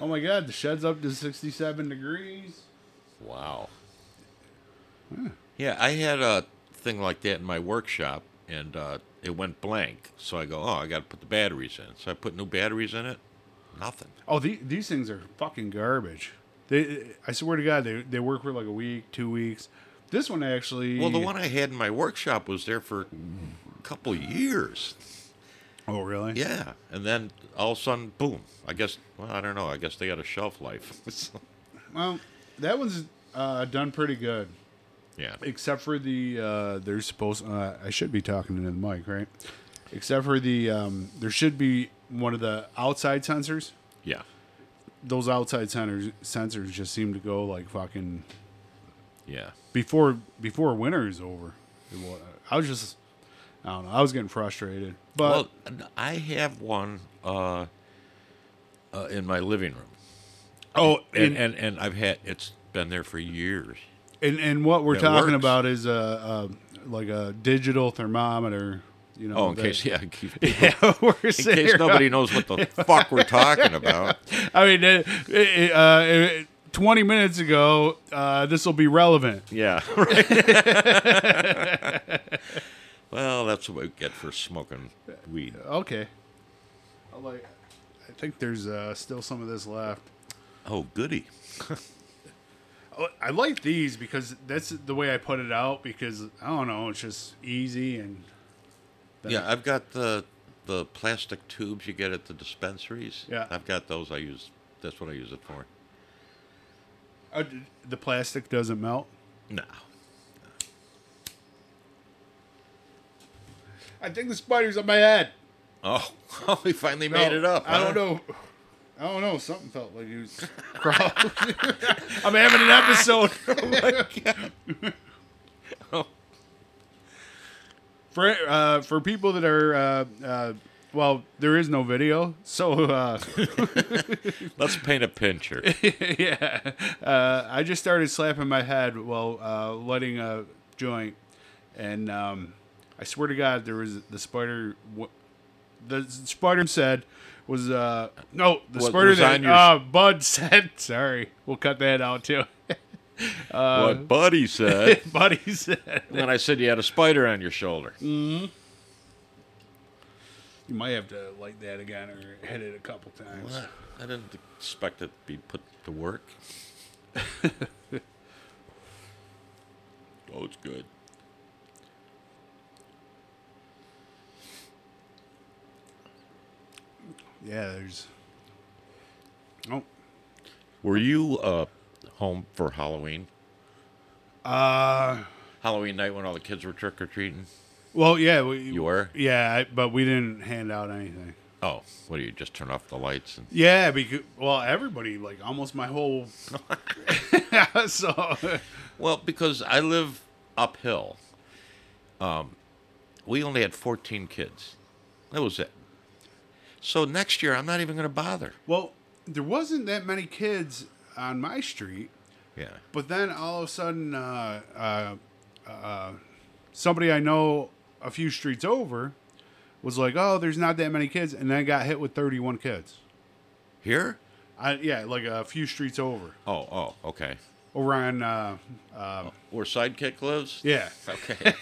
oh my god, the shed's up to 67 degrees. Wow. Yeah, I had a thing like that in my workshop, and uh, it went blank. So I go, oh, I got to put the batteries in. So I put new batteries in it. Nothing. Oh, the, these things are fucking garbage. They, I swear to God, they, they work for like a week, two weeks. This one actually. Well, the one I had in my workshop was there for a couple years. Oh, really? Yeah, and then all of a sudden, boom. I guess. Well, I don't know. I guess they got a shelf life. *laughs* So, Well, that one's uh, done pretty good, yeah. except for the uh, there's supposed. Uh, I should be talking into the mic, right? Except for the um, there should be one of the outside sensors. Yeah. Those outside sensors sensors just seem to go like fucking Yeah. before before winter is over. It wa- I was just I don't know. I was getting frustrated, but Well, I have one uh, uh, in my living room. oh, and, and and I've had it's been there for years. And and what we're That talking works. about is a, a like a digital thermometer. You know. Oh, in that- case *laughs* yeah, in case, *laughs* yeah, we're in case nobody knows what *laughs* the fuck we're talking about. *laughs* I mean, it, it, uh, it, twenty minutes ago, uh, this will be relevant. *laughs* Yeah, right. *laughs* well, that's what we get for smoking weed. Okay. I like. I think there's uh, still some of this left. Oh, goody. Oh, I like these because that's the way I put it out because I don't know, it's just easy and Yeah, I've got the the plastic tubes you get at the dispensaries. Yeah. I've got those. I use. That's what I use it for. uh, the plastic doesn't melt. No. I think the spider's on my head. Oh, *laughs* we finally made No, it up. I huh? don't know. I don't know. Something felt like he was crawling. I'm having an *laughs* episode. for uh, for people that are uh, uh, well, there is no video, so uh, Let's paint a *laughs* picture. *laughs* yeah, uh, I just started slapping my head while uh, lighting a joint, and um, I swear to God, there was the spider. W- the spider said was uh no the What spider was that on your- uh, Bud *laughs* said. Sorry, we'll cut that out too. *laughs* what Buddy said. *laughs* Buddy said. And then I said you had a spider on your shoulder. You might have to light that again or hit it a couple times. Well, I didn't expect it to be put to work. *laughs* oh, it's good. Yeah, there's. Oh, Were you uh, home for Halloween? uh, Halloween night when all the kids were trick or treating? well, yeah, we, You were? yeah, I- but we didn't hand out anything. Oh, what do you just turn off the lights and Yeah, because well, everybody, like almost my whole. *laughs* so Well, because I live uphill. Um, we only had 14 kids. That was it. So next year, I'm not even going to bother. well, there wasn't that many kids on my street, Yeah. but then all of a sudden, uh, uh, uh, somebody I know a few streets over was like, "Oh, there's not that many kids," and then got hit with 31 kids. Here? I, yeah, like a few streets over, Oh, oh, okay. over on uh, uh, Where Sidekick lives? yeah, Okay.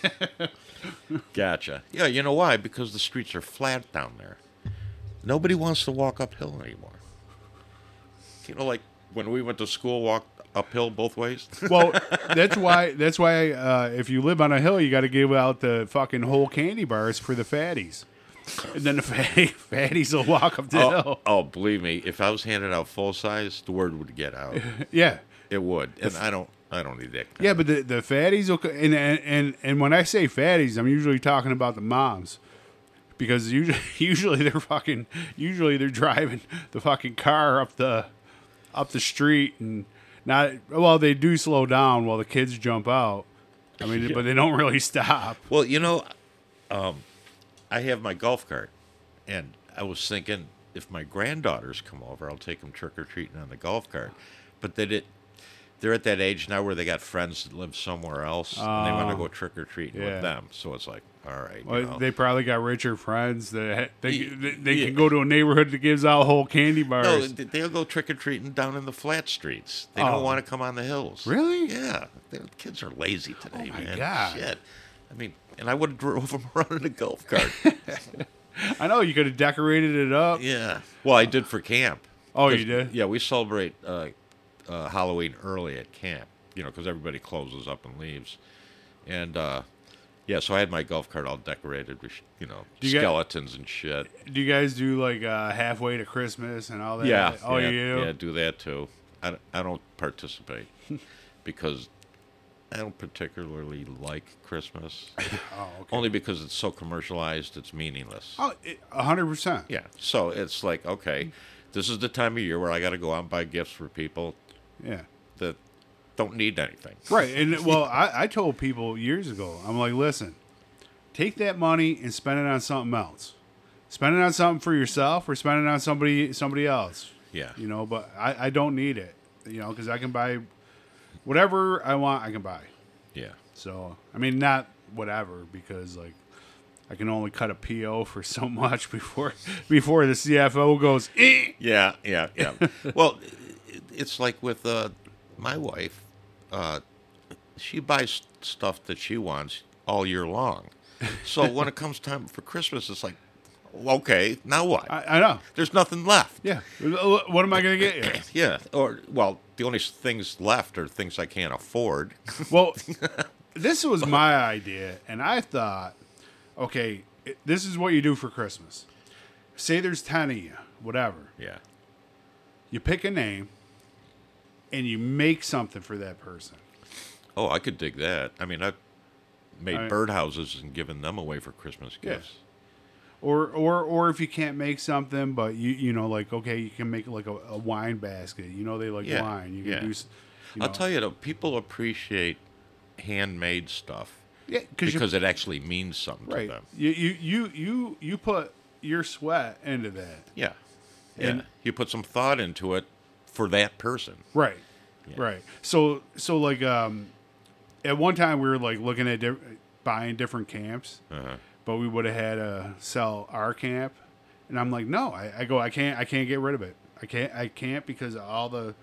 gotcha. Yeah, you know why? Because the streets are flat down there. Nobody wants to walk uphill anymore. You know, like when we went to school, walked uphill both ways. well, that's why. That's why. Uh, if you live on a hill, you got to give out the fucking whole candy bars for the fatties, and then the fatty, *laughs* fatties will walk *laughs* up the oh, hill. oh, believe me, if I was handing out full size, the word would *laughs* get out. Yeah, It would, and I don't. I don't need that. kind yeah. But the, the fatties will. co- And, and and and when I say fatties, I'm usually talking about the moms, because usually *laughs* usually they're fucking usually they're driving the fucking car up the up the street and not well they do slow down while the kids jump out. I mean, but they don't really stop. of- Well, you know, um, I have my golf cart, and I was thinking if my granddaughters come over, I'll take them trick or treating on the golf cart. But they did. They're at that age now where they got friends that live somewhere else, and they want to go trick or treating Oh. yeah. with them. So it's like, all right, you Well, know. Oh, They probably got richer friends that ha- they Y- they, they yeah. can go to a neighborhood that gives out whole candy no, bars. they- they'll go trick or treating down in the flat streets. They Oh. don't want to come on the hills. Really? Oh Yeah, the kids are lazy today, my man. God. Shit. I mean, and I would have drove *laughs* them around in a *laughs* golf cart. I know you could have decorated it up. Yeah. Well, I did for camp. Oh, 'Cause- you did? Yeah, we celebrate uh, uh, Halloween early at camp, you know, because everybody closes up and leaves. And uh, yeah, so I had my golf cart all decorated with, you know, Do you get- skeletons and shit. Do you guys do like uh, halfway to Christmas and all that? Yeah. Oh, yeah, you do? Yeah, do that too. I, don't- I don't *laughs* participate because I don't particularly like Christmas, Oh, okay. only because it's so commercialized, it's meaningless. Oh, it- a hundred percent. Yeah. So it's like, okay, this is the time of year where I got to go out and buy gifts for people Yeah. that don't need anything. Right. And well, I, I told people years ago, I'm like, listen, take that money and spend it on something else. Spend it on something for yourself or spend it on somebody somebody else. Yeah. You know, but I, I don't need it, you know, because I can buy whatever I want, I can buy. Yeah. So, I mean, not whatever, because like, I can only cut a PO for so *laughs* much before before the CFO goes. Eh! Yeah. Yeah. *laughs* Yeah. well, it- it's like with uh, my wife. Uh, she buys stuff that she wants all year long. So when it comes time for Christmas, it's like, okay, now what? I, I know. There's nothing left. Yeah. What am I gonna get you? Yeah. Or well, the only things left are things I can't afford. Well, this was my idea, and I thought, okay, i- this is what you do for Christmas. Say there's 10 of you, whatever. yeah. You pick a name and you make something for that person. Oh, I could dig that. I mean, I've made I- birdhouses and given them away for Christmas Yeah. gifts. Or, or, or if you can't make something, but you, you know, like okay, you can make like a, a wine basket. You know, they like Yeah, wine. You can yeah. do. s- You I'll tell you, though, people appreciate handmade stuff Yeah, because you because it actually means something right. to them. You, you you you you put your sweat into that. Yeah. Yeah. And- you put some thought into it for that person. Right. Yeah. Right. So so like um at one time we were like looking at diff- buying different camps, Uh-huh. but we would have had to sell our camp. And I'm like, no, I, I go, I can't, I can't get rid of it. I can't, I can't because of all the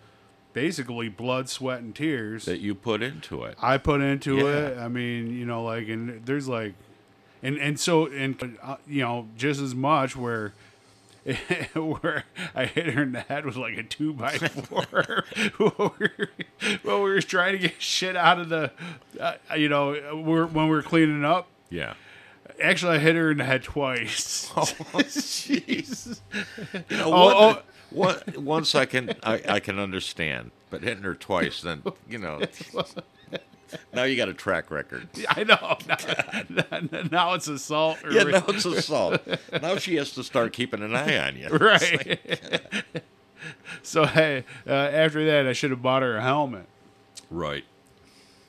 basically blood, sweat, and tears That you put into it. I put into Yeah. it. I mean, you know, like, and there's like, and and so and uh, you know just as much where. *laughs* where I hit her in the head with like a two *laughs* by four *laughs* while, we were, while we were trying to get shit out of the, uh, you know, we're, when we were cleaning up. *laughs* Yeah. Actually, I hit her in the head twice. *laughs* Oh, jeez. You know, Oh, one- oh. one- once I can, I, I can understand, but hitting her twice, then *laughs* you know. Now you got a track record. I know. *laughs* Now, *laughs* now it's assault. Or Yeah, now it's assault. Now she has to start keeping an eye on *laughs* *laughs* you. right. so hey, uh, after that, I should have bought her a helmet. Right.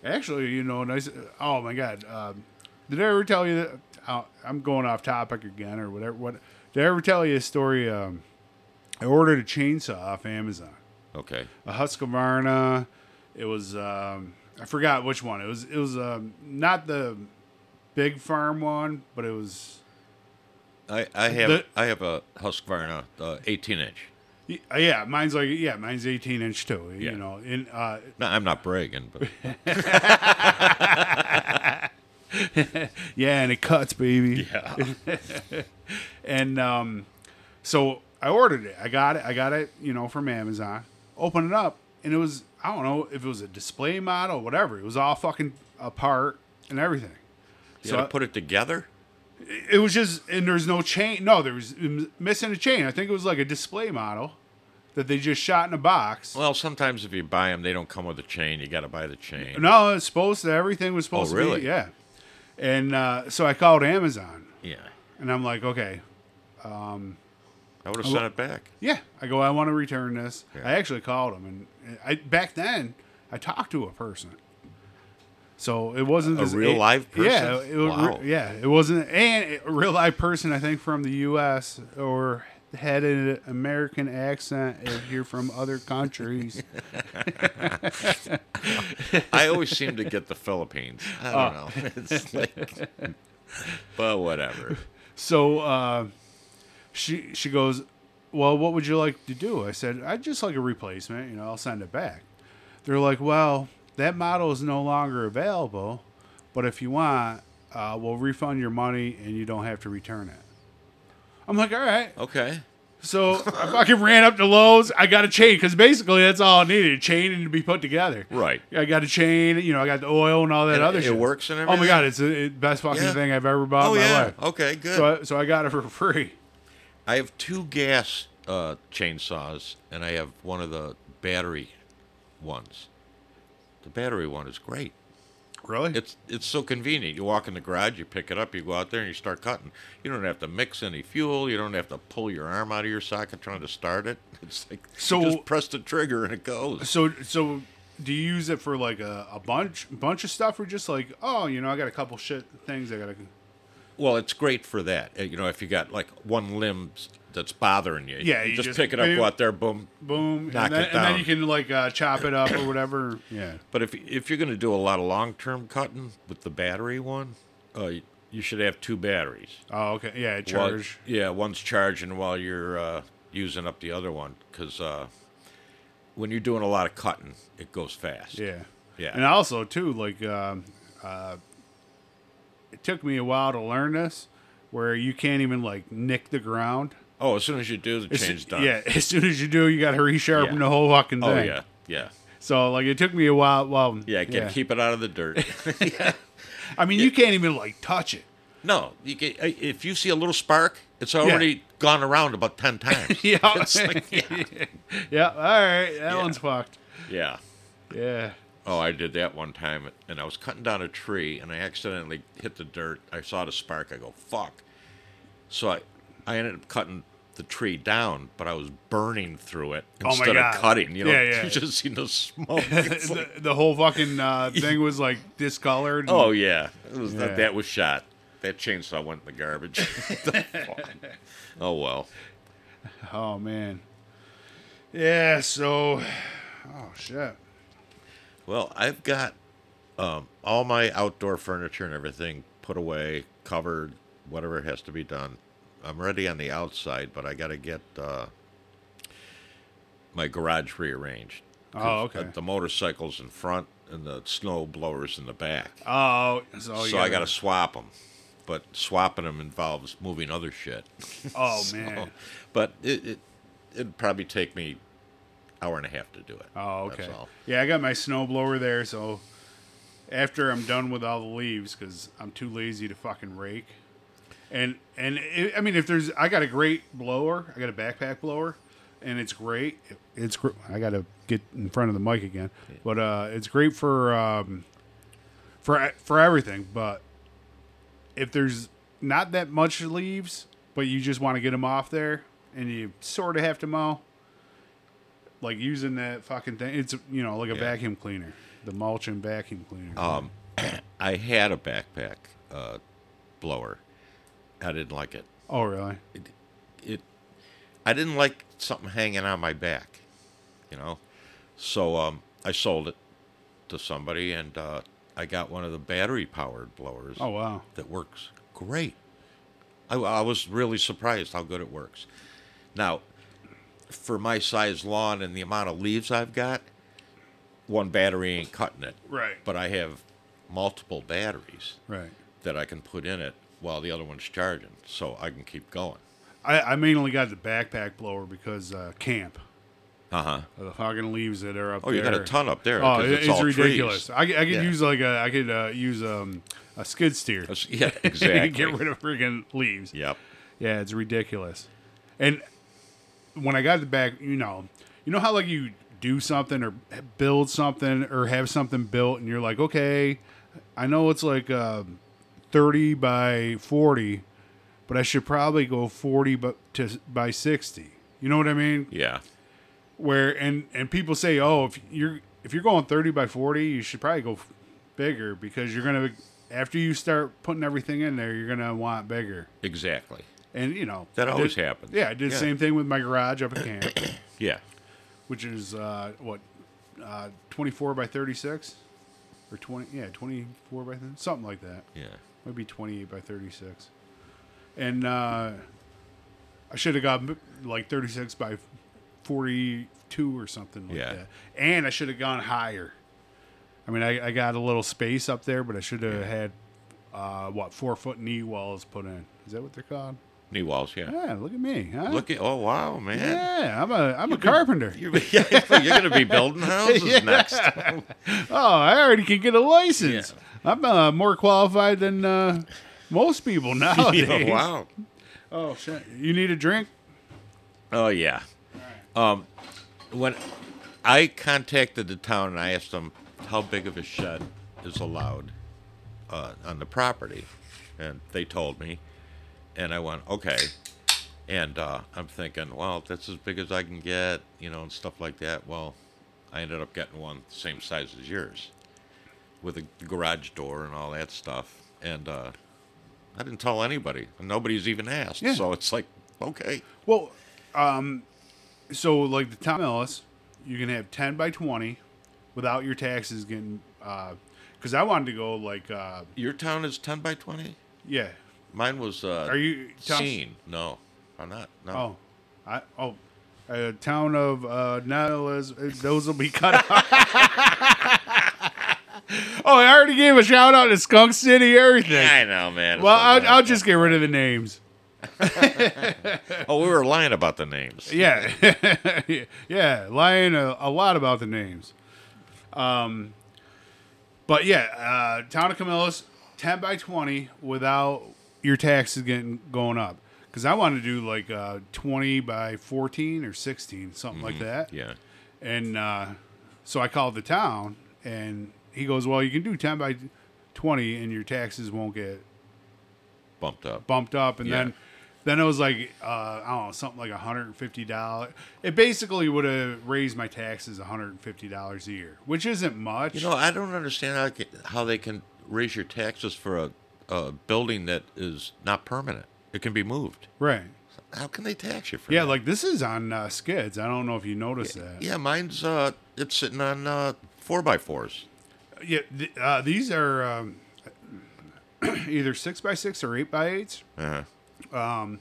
Actually, you know, and I said, oh my god, um, did I ever tell you that? Uh, I'm going off topic again, or whatever. What did I ever tell you a story? Um, I ordered a chainsaw off Amazon, Okay. a Husqvarna. It was um, I forgot which one. It was it was um, not the big farm one, but it was I, I have The- I have a Husqvarna uh, 18 inch. Y- uh, Yeah, mine's like yeah, mine's eighteen inch too. Yeah. You know, and uh, No, I'm not bragging, but yeah, and it cuts, baby. Yeah. *laughs* and um, so I ordered it. I got it. I got it. You know, from Amazon. Open it up, and it was I don't know if it was a display model, whatever. It was all fucking apart and everything. you So gotta I- put it together. It was just and there's no chain. No, there was it was missing a chain. I think it was like a display model that they just shot in a box. Well, sometimes if you buy them, they don't come with a chain. You got to buy the chain. No, it's supposed to. Everything was supposed Oh, to really? be. Yeah. And uh, so I called Amazon, Yeah, and I'm like, okay, I would have sent it back. yeah. I go, I want to return this. Yeah. I actually called them, and I back then I talked to a person, so it wasn't A this real live person? Yeah, it was, Wow. yeah, it wasn't, and a real live person. I think from the U.S. or had an American accent if you're from other countries. I always seem to get the *laughs* Philippines. I don't know. It's like, but whatever. So uh, she she goes, well, what would you like to do? I said, I'd just like a replacement. You know, I'll send it back. They're like, well, that model is no longer available, but if you want, uh, we'll refund your money and you don't have to return it. I'm like, all right. Okay. So *laughs* I fucking ran up to Lowe's. I got a chain because basically that's all I needed a chain and to be put together. Right. I got a chain, you know, I got the oil and all that And other it shit. works and Oh my everything? God, it's the best fucking Yeah. thing I've ever bought Oh in my yeah. life. Okay. Good. So I, so I got it for free. I have two gas uh, chainsaws, and I have one of the battery ones. The battery one is great. Really? It's it's so convenient. You walk in the garage, you pick it up, you go out there, and you start cutting. You don't have to mix any fuel. You don't have to pull your arm out of your socket trying to start it. *laughs* It's like So- you just press the trigger and it goes. so so do you use it for like a, a bunch bunch of stuff or just like, oh, you know, I got a couple shit things I gotta Well, it's great for that. Uh, You know, if you got like one limb s- that's bothering you, Yeah, you you just, just- pick it up, maybe- go out there, boom. boom Knock and then, it and down. then you can like uh, chop it up or whatever. Yeah. But if if you're going to do a lot of long term cutting with the battery one, uh, you- you should have two batteries. Oh, okay. Yeah, While- charge. yeah, one's charging while you're uh, using up the other one because uh, when you're doing a lot of cutting, it goes fast. yeah. Yeah. And also too, like um uh it took me a while to learn this where you can't even like nick the ground. Oh, as soon as you do, the As soo- chain's done. Yeah, *laughs* as soon as you do, you gotta resharpen Yeah. the whole fucking thing. Oh yeah, yeah, So like it took me a while well yeah. Again, keep it out of *laughs* the dirt. I mean, you can't even like touch it. *laughs* no, you can, uh, if you see a little spark, it's already gone around about ten *laughs* times. Yeah. It's like, yeah. Yeah. All right. That one's fucked. yeah. Yeah. Oh, I did that one time, and I was cutting down a tree, and I accidentally hit the dirt. I saw the spark. I go, "Fuck!" So I, I ended up cutting the tree down, but I was burning through it Oh my instead God. of cutting. You know, *laughs* Yeah, yeah. you just see the *laughs* smoke. It's like, The, the whole fucking uh, thing was like discolored. and- oh yeah, it was, Yeah. That, that was shot. That chainsaw went in the garbage. *laughs* The fuck. oh well. oh man. Yeah. So. Oh shit. Well, I've got um, all my outdoor furniture and everything put away, covered, whatever has to be done. I'm ready on the outside, but I got to get uh, my garage rearranged. 'Cause Oh, okay. The, the motorcycles in front and the snow blowers in the back. Oh. So, so I got to swap them. but swapping them involves moving *laughs* other shit. Oh *laughs* So- man. But it, it it'd probably take me hour and a half to do it. Oh okay. That's all. Yeah, I got my snow blower there, so after I'm done with all the leaves, because I'm too lazy to fucking rake. And and it, I mean, if there's, I got a great blower. I got a backpack blower, and it's great. It's gr- I got to get in front of the mic again, but uh, it's great for um, for for everything. But if there's not that much leaves, but you just want to get them off there, and you sort of have to mow, like using that fucking thing. It's you know like a Yeah. vacuum cleaner, the mulch and vacuum cleaner. Um, I had a backpack uh, blower. I didn't like it. oh really? it. It. I didn't like something hanging on my back. You know, so um, I sold it to somebody, and uh, I got one of the battery powered blowers Oh wow. that works great. I, I was really surprised how good it works. Now, for my size lawn and the amount of leaves I've got, one battery ain't cutting it. Right. But I have multiple batteries Right. that I can put in it while the other one's charging, so I can keep going. I, I mainly got the backpack blower because uh, camp. Uh huh. The fucking leaves that are up Oh, Uh-huh. there. you got a ton up there. Oh, 'cause it- it's, all trees. ridiculous. I, I could Yeah. use like a I could uh, use um, a skid steer. *laughs* That's- Yeah, exactly. Get rid of freaking leaves. Yep. Yeah, it's ridiculous. And when I got the back, you know, you know how like you do something or build something or have something built, and you're like, okay, I know it's like uh, thirty by forty, but I should probably go forty but to by sixty. You know what I mean? Yeah. Where and and people say, oh, if you're if you're going thirty by forty, you should probably go f- bigger because you're gonna after you start putting everything in there, you're gonna want bigger. Exactly. And you know That I always did- happens. Yeah, I did Yeah. the same thing with my garage up at camp, Yeah. *coughs* which is uh, what uh, twenty four by thirty six, or twenty yeah twenty four by 30, something like that. Yeah. Maybe twenty eight by thirty six, and uh, I should have got like thirty six by forty two or something like Yeah. that. And I should have gone higher. I mean, I, I got a little space up there, but I should have had uh, what four foot knee walls put in. Is that what they're called? Knee walls. Yeah. Yeah, look at me. Huh? Look at. Oh wow, man. Yeah, I'm a I'm a carpenter. You're, *laughs* you're going to be *laughs* building houses next. Oh, I already can get a license. I'm uh, more qualified than uh, most people *laughs* nowadays. Oh, wow. Oh shit! You need a drink? Oh yeah. Um, when I contacted the town and I asked them how big of a shed is allowed uh, on the property, and they told me, and I went okay, and uh, I'm thinking, well, that's as big as I can get, you know, and stuff like that. Well, I ended up getting one the same size as yours, with a garage door and all that stuff, and uh, I didn't tell anybody, and nobody's even asked. Yeah. So it's like, okay, Well, um, so like the Tom Ellis, you can have ten by twenty, without your taxes getting. Because I wanted to go like uh, your town is ten by twenty. yeah. Mine was. Uh, Are you Tom? seen? No, I'm not. No. Oh, I oh, a town of uh, not Eliz- those will be cut *laughs* out. oh, I already gave a shout out to Skunk City. Everything. I know, man. It's Well, like I'll, that. I'll just get rid of the names. oh, we were lying about the names. Yeah, *laughs* yeah, lying a, a lot about the names. Um, but yeah, uh, town of Camillus, ten by twenty without your taxes getting going up. Because I want to do like uh, twenty by fourteen or sixteen, something like that. Yeah. And uh, so I called the town, and he goes, "Well, you can do ten by twenty, and your taxes won't get Bumped up. bumped up." And Yeah. then, then it was like uh, I don't know, something like hundred and fifty dollars. It basically would have raised my taxes hundred and fifty dollars a year, which isn't much. You know, I don't understand how, ca- how they can raise your taxes for a, a building that is not permanent. It can be moved. right? How can they tax you for Yeah, that? like this is on uh, skids. I don't know if you noticed that. yeah, mine's uh, it's sitting on uh four by fours. Yeah, th- uh, these are um, *clears throat* either six by six or eight by eights. Uh-huh. I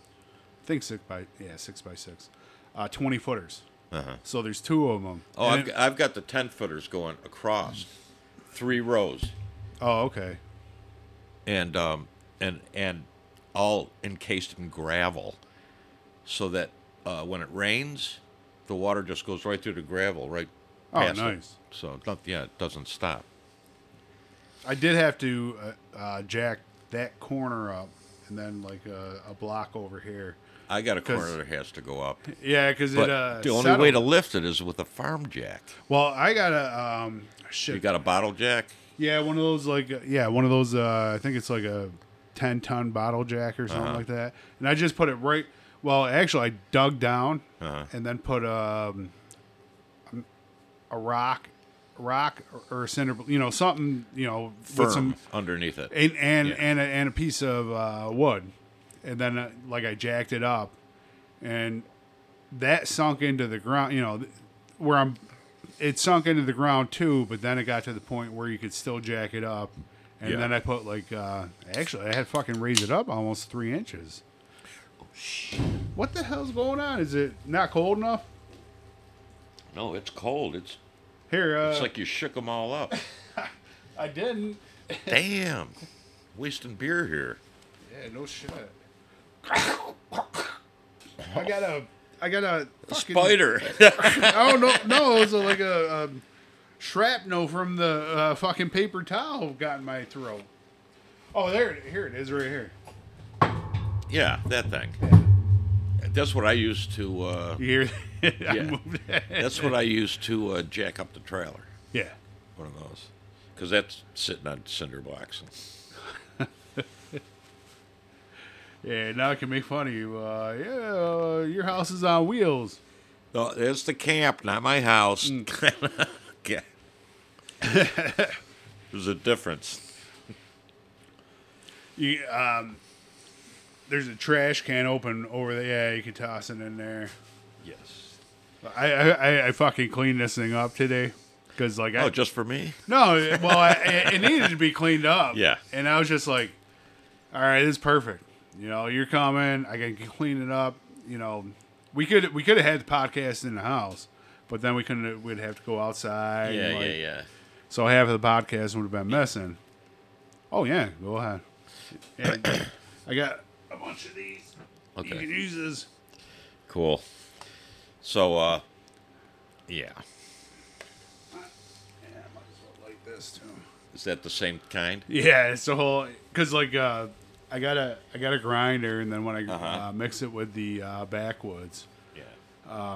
think six by yeah six by six, uh, twenty footers. Uh-huh. So there's two of them. Oh, I've, got- I've got the ten footers going across, three rows. oh, okay. and um, and and all encased in gravel, so that uh, when it rains, the water just goes right through the gravel, right. Oh, past it. nice. So it's not, yeah, it doesn't stop. I did have to uh, uh, jack that corner up and then like uh, a, a block over here. I got a 'Cause- corner that has to go up. Yeah, because it. But Uh, the only settled. way to lift it is with a farm jack. Well, I got a um, shit. You got a bottle jack? yeah, one of those like uh, yeah, one of those. Uh, I think it's like a ten ton bottle jack or something Uh-huh. like that. And I just put it right. Well, actually, I dug down Uh-huh. and then put um, a rock, rock or, or a cinder, you know, something, you know, Firm with some underneath it. and and Yeah. and, a, and a piece of uh, wood, and then uh, like I jacked it up, and that sunk into the ground. You know, th- where I'm, it sunk into the ground too. But then it got to the point where you could still jack it up, and Yeah. then I put like uh, actually I had fucking raised it up almost three inches. What the hell's going on? Is it not cold enough? no, it's cold. It's Here, uh, it's like you shook them *laughs* all up. I didn't. Damn, wasting beer here. Yeah, no shit. I got a, I got a fucking- Spider. *laughs* I don't know. Oh, No, it was a, like a, um shrapnel from the uh, fucking paper towel got in my throat. Oh, there, it- here it is, right here. *laughs* yeah, that thing. That's what I used to. Uh, You hear? *laughs* I Yeah. moved *laughs* it. that's what I used to uh, jack up the trailer. Yeah. One of those, because that's sitting on cinder blocks. Yeah. Now I can make fun of you. Uh, yeah, uh, your house is on wheels. No, it's Oh, the camp, not my house. Mm. *laughs* yeah. There's a difference. You, um, there's a trash can open over there. Yeah, you can toss it in there. Yes. I I, I- I fucking cleaned this thing up today because like I Oh, just for me? No, it- well, I, it it needed to be cleaned up. Yeah. And I was just like, all right, this is perfect. You know, you're coming. I can clean it up. You know, we could we could have had the podcast in the house, but then we couldn't. We'd have to go outside. and, like- yeah. So half of the podcast would have been missing. Oh yeah, go ahead. Yeah, I got a bunch of these. You Okay. can use this. Cool. So, uh, yeah. Yeah, I might as well like this too. Is that the same kind? Yeah, it's the whole because like uh, I got a I got a grinder, and then when I uh mix it with the uh, backwoods, Yeah.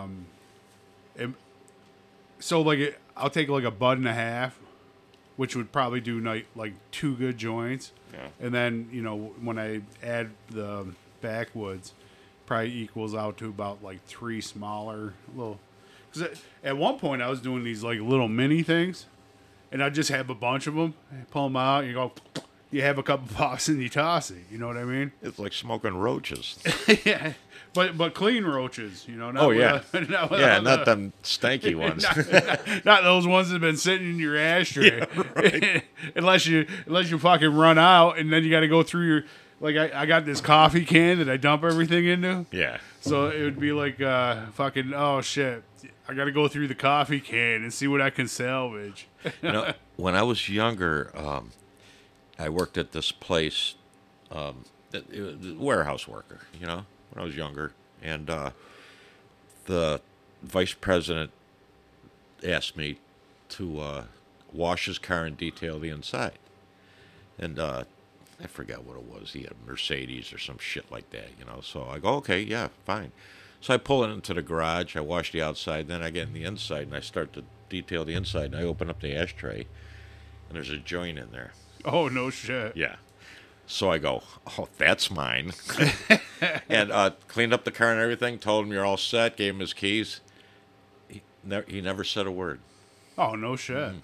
it, so like it, I'll take like a bud and a half, which would probably do like like two good joints, Yeah. and then you know when I add the backwoods, probably equals out to about like three smaller little. Because at one point I was doing these like little mini things, and I just have a bunch of them, pull them out, you go, you have a couple pops and you toss it. You know what I *laughs* mean? It's like smoking *laughs* roaches. yeah, but but clean roaches, you know. Not Oh, with yeah. a- *laughs* not with yeah, a- not them *laughs* stanky ones. *laughs* not those ones that have been sitting in your ashtray. *laughs* unless you unless you fucking run out and then you got to go through your like I, I got this coffee can that I dump everything into. yeah. So it would be like uh fucking oh shit. I got to go through the coffee can and see what I can salvage. You know, when I was younger, um, I worked at this place, um, that, it was a warehouse worker, you know, when I was younger. And uh, the vice president asked me to uh, wash his car and detail the inside. And uh, I forgot what it was. He had a Mercedes or some shit like that, you know. So I go, okay, yeah, fine. So I pull it into the garage. I wash the outside. Then I get in the inside and I start to detail the inside. And I open up the ashtray, and there's a joint in there. Oh no shit. Yeah. So I go, oh, that's mine. and uh, cleaned up the car and everything. Told him you're all set. Gave him his keys. He, ne- he never said a word. Oh no shit. Mm-hmm.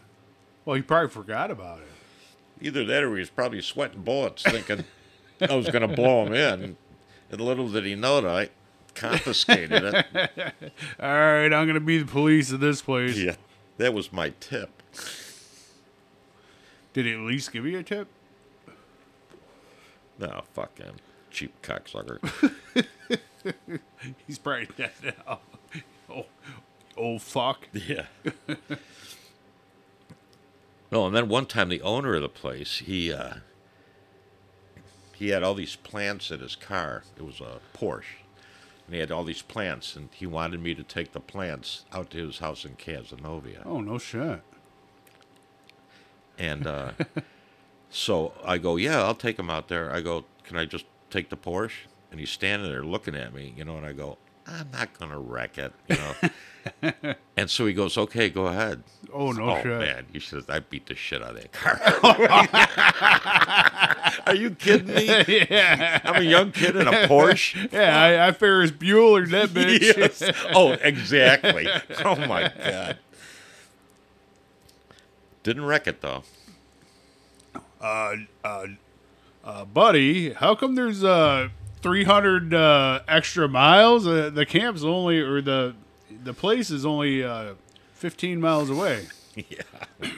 Well, you probably forgot about it. Either that or he was probably sweating bullets, thinking I was going to blow him in. And little did he know that I confiscated it. All right, I'm gonna be the police of this place. *laughs* Yeah, that was my tip. Did he at least give you a tip? No, fuck him, cheap cocksucker. He's probably *laughs* dead now. Oh, oh fuck. *laughs* yeah. no, and then one time the owner of the place, he uh, he had all these plants in his car. It was a Porsche. And he had all these plants, and he wanted me to take the plants out to his house in Casanova. Oh no shit. And uh, *laughs* so I go, yeah, I'll take him out there. I go, can I just take the Porsche? And he's standing there looking at me, you know, and I go, I'm not going to wreck it, you *laughs* know. and so he goes, okay, go ahead. Oh no oh, shit. man, you should. I beat the shit out of that car. *laughs* Are you kidding me? *laughs* yeah. I'm a young kid in a Porsche. Yeah, I, I Ferris Bueller that bitch. *laughs* Yes. Oh, exactly. Oh my god. Didn't wreck it though. Uh, buddy, how come there's uh 300 uh, extra miles? Uh, the camp's only or the the place is only uh 15 miles away. *laughs* Yeah.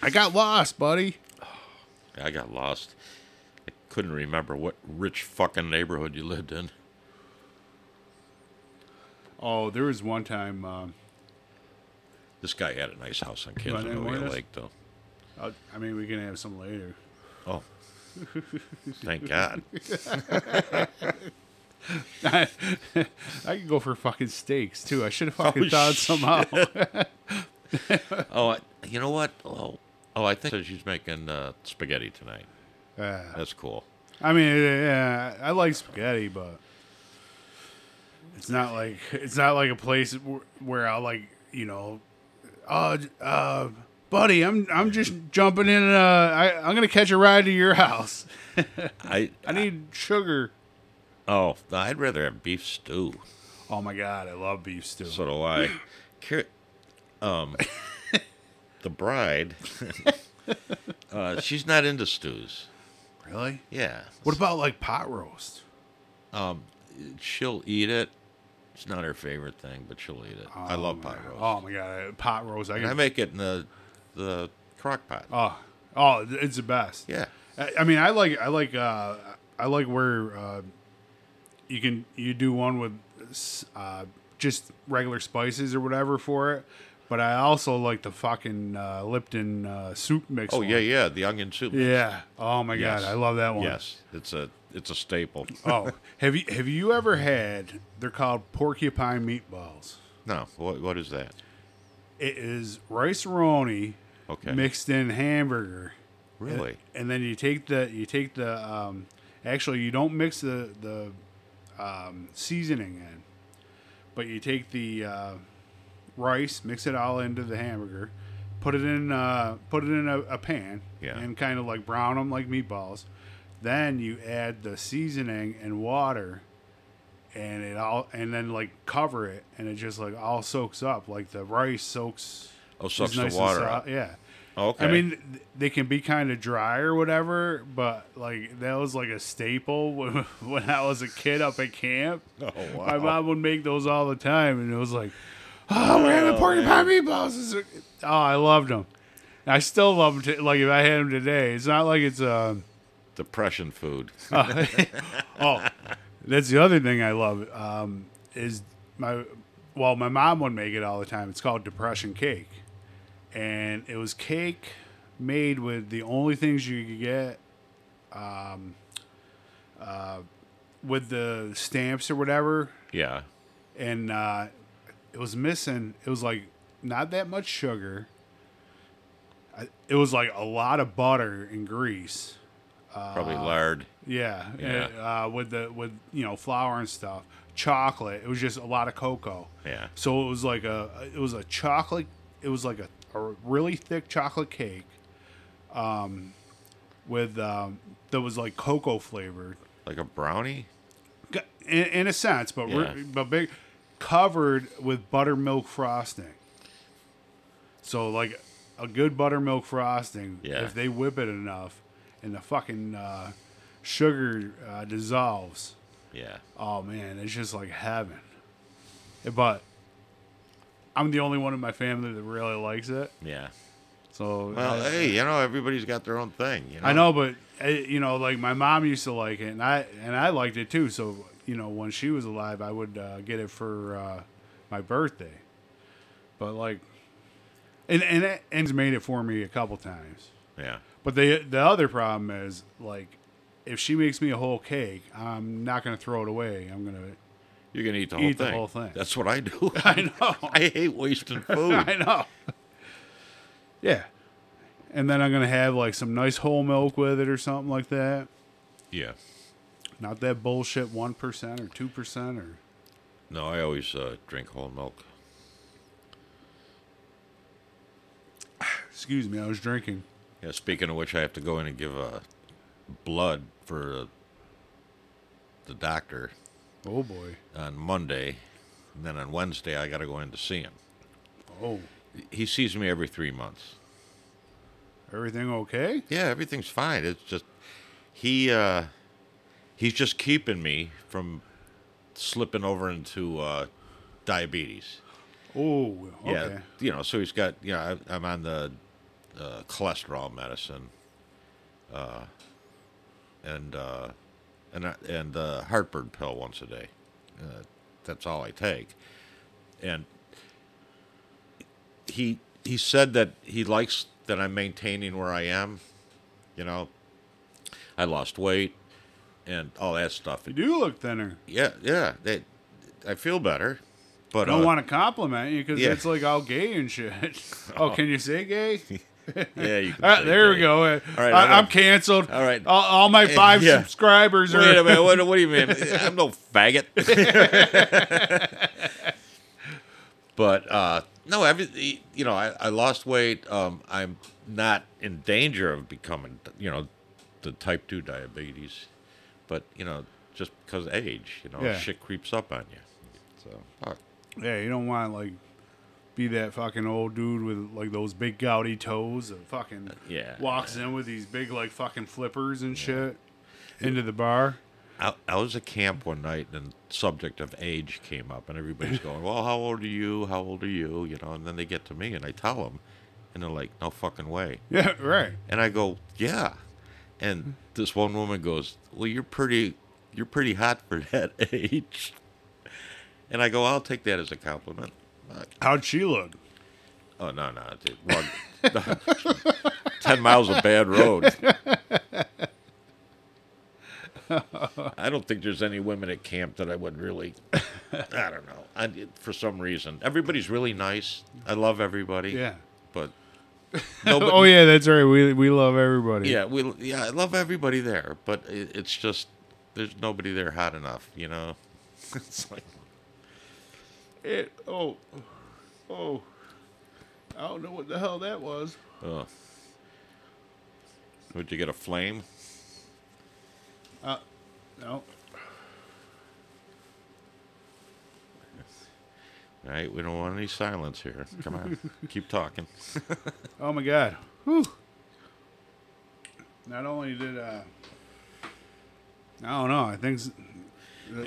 I got lost, buddy. I got lost. I couldn't remember what rich fucking neighborhood you lived in. Oh, there was one time um, This guy had a nice house on want any more Casanova of this? Lake though. I, uh, I mean, we can have some later. *laughs* Oh. Thank God. I could go for fucking steaks too. I should have fucking Oh, thought shit. somehow. Oh, I, you know what? Oh, oh, I think that she's making uh, spaghetti tonight. Uh, That's cool. I mean, yeah, I like spaghetti, but it's not like it's not like a place wh- where I like you know, uh, j- uh, buddy, I'm I'm just jumping in. Uh, I I'm gonna catch a ride to your house. I, I need sugar. oh, I'd rather have beef stew. Oh my god, I love beef stew. So do I. Car- um, the bride, *laughs* uh, she's not into stews. really? Yeah, What about like pot roast? she'll eat it. It's not her favorite thing, but she'll eat it. I love pot roast. Oh my god, pot roast! I And I can. make it in the the crock pot. Oh, oh, it's the best. Yeah, I, I mean, I like I like uh, I like where uh, you can you do one with s- uh, just regular spices or whatever for it. But I also like the fucking uh, Lipton uh, soup mix. Oh one. yeah, yeah. The onion soup. yeah. Oh my Yes. god, I love that one. Yes, it's a it's a staple. oh, *laughs* have you have you ever had? They're called porcupine meatballs. No, what what is that? It is rice roni Okay. mixed in hamburger. Really? and then you take the you take the um, actually you don't mix the the um, seasoning in, but you take the uh, rice, mix it all into the hamburger, put it in uh, put it in a, a pan, Yeah. and kind of like brown them like meatballs. Then you add the seasoning and water, and it all and then like cover it, and it just like all soaks up, like the rice soaks. Oh, is sucks the nice and water so- up. Yeah. Okay. I mean, th- they can be kind of dry or whatever, but like that was like a staple *laughs* when, when I was a kid up at camp. *laughs* Oh, My wow. mom would make those all the time, and it was like, oh, we're having porcupine meatballs. This is- Oh, I loved them. I still love them. like if I had them today, it's not like it's um. depression food. *laughs* oh, that's the other thing I love um, is my well, my mom would make it all the time. It's called depression cake, and it was cake made with the only things you could get, um, uh, with the stamps or whatever, yeah. and uh, it was missing. It was like not that much sugar. I, it was like a lot of butter and grease. Probably Uh, lard. Yeah, Yeah. and, uh, with the with you know flour and stuff, chocolate. It was just a lot of cocoa. Yeah. So it was like a it was a chocolate. It was like a, a really thick chocolate cake, um, with um, that was like cocoa flavored, Like a brownie? G- in, in a sense, but re- Yeah. but big, covered with buttermilk frosting. So like a good buttermilk frosting, Yeah. if they whip it enough, and the fucking uh, sugar uh, dissolves. Yeah. Oh man, it's just like heaven. But I'm the only one in my family that really likes it. Yeah. So Well, I, hey, you know, everybody's got their own thing. You know? I know, but eh, you know, like my mom used to like it, and I and I liked it too. So you know, when she was alive, I would uh, get it for uh, my birthday. But like, and and it- and it's made it for me a couple times. Yeah. But the the other problem is like if she makes me a whole cake, I'm not going to throw it away. I'm going to. You're gonna eat the Eat the whole thing. whole thing. That's what I do. *laughs* I know. *laughs* I hate *laughs* wasting *laughs* I food. know. Yeah. And then I'm going to have like some nice whole milk with it or something like that. yeah. Not that bullshit 1% or 2% or. No, I always uh, drink whole milk. Excuse me, I was drinking. Yeah. Speaking of which, I have to go in and give uh, blood for uh, the doctor Oh boy. on Monday, and then on Wednesday I got to go in to see him. Oh. He sees me every three months. Everything okay? Yeah, everything's fine. It's just he uh he's just keeping me from slipping over into uh diabetes. Oh, okay. Yeah, you know, so he's got you know, I, I'm on the uh, cholesterol medicine, uh, and uh, and I- and the heartburn pill once a day. Uh, that's all I take, and he he said that he likes that I'm maintaining where I am. You know, I lost weight and all that stuff. You do look thinner. Yeah, yeah, they, I feel better, but I don't uh, want to compliment you because yeah. it's like all gay and *laughs* shit. oh, can you say gay? yeah, you can Ah, say there that. we go. All right, right, I don't- I, I'm canceled. All right. All, all my five *laughs* yeah. subscribers are. Wait a minute. What, what do you *laughs* mean? I'm no faggot. *laughs* but uh, no, every you know, I, I lost weight. Um, I'm not in danger of becoming, you know, the type two diabetes, but you know, just because of age, you know, Yeah. shit creeps up on you. So fuck. Yeah, you don't want like be that fucking old dude with like those big gouty toes that fucking Uh, Yeah. walks in with these big like fucking flippers and shit into the bar. I, I was at camp one night and the subject of age came up and *laughs* everybody's going, well, how old are you? How old are you? You know, and then they get to me and I tell them and they're like, no fucking way. Yeah, right. And I go, "Yeah." And this one woman goes, "Well, you're pretty you're pretty hot for *laughs* that age." And I go, "I'll take that as a compliment." Uh, How'd she look? Oh no, no, dude. Well, *laughs* ten miles of bad road. I don't think there's any women at camp that I would really. I don't know. I, for some reason, everybody's really nice. I love everybody. Yeah. but *laughs* nobody, Oh yeah, that's right. We we love everybody. *laughs* yeah, we yeah, I love everybody there, but it, it's just there's nobody there hot enough, you know. It's like It, oh, oh. I don't know what the hell that was. oh. Would you get a flame? No. All right, we don't want any silence here. Come on. *laughs* keep talking. Oh my god. Whew. Not only did uh I don't know, I think s-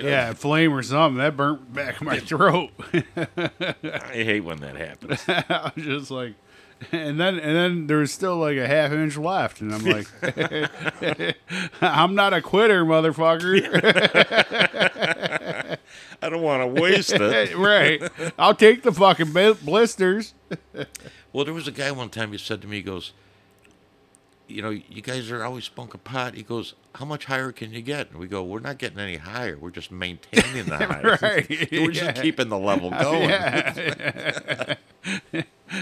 yeah, flame or something, that burnt back my throat. *laughs* I hate when that happens. I was just like and then and then there was still like a half inch left and I'm like *laughs* I'm not a quitter, motherfucker. I don't want to waste it. right. I'll take the fucking bl- blisters. *laughs* Well, there was a guy one time he said to me, he goes, You know, you guys are always smoking pot. He goes, How much higher can you get? And we go, We're not getting any higher. We're just maintaining *laughs* the high. Right, We're just yeah. keeping the *laughs* level going.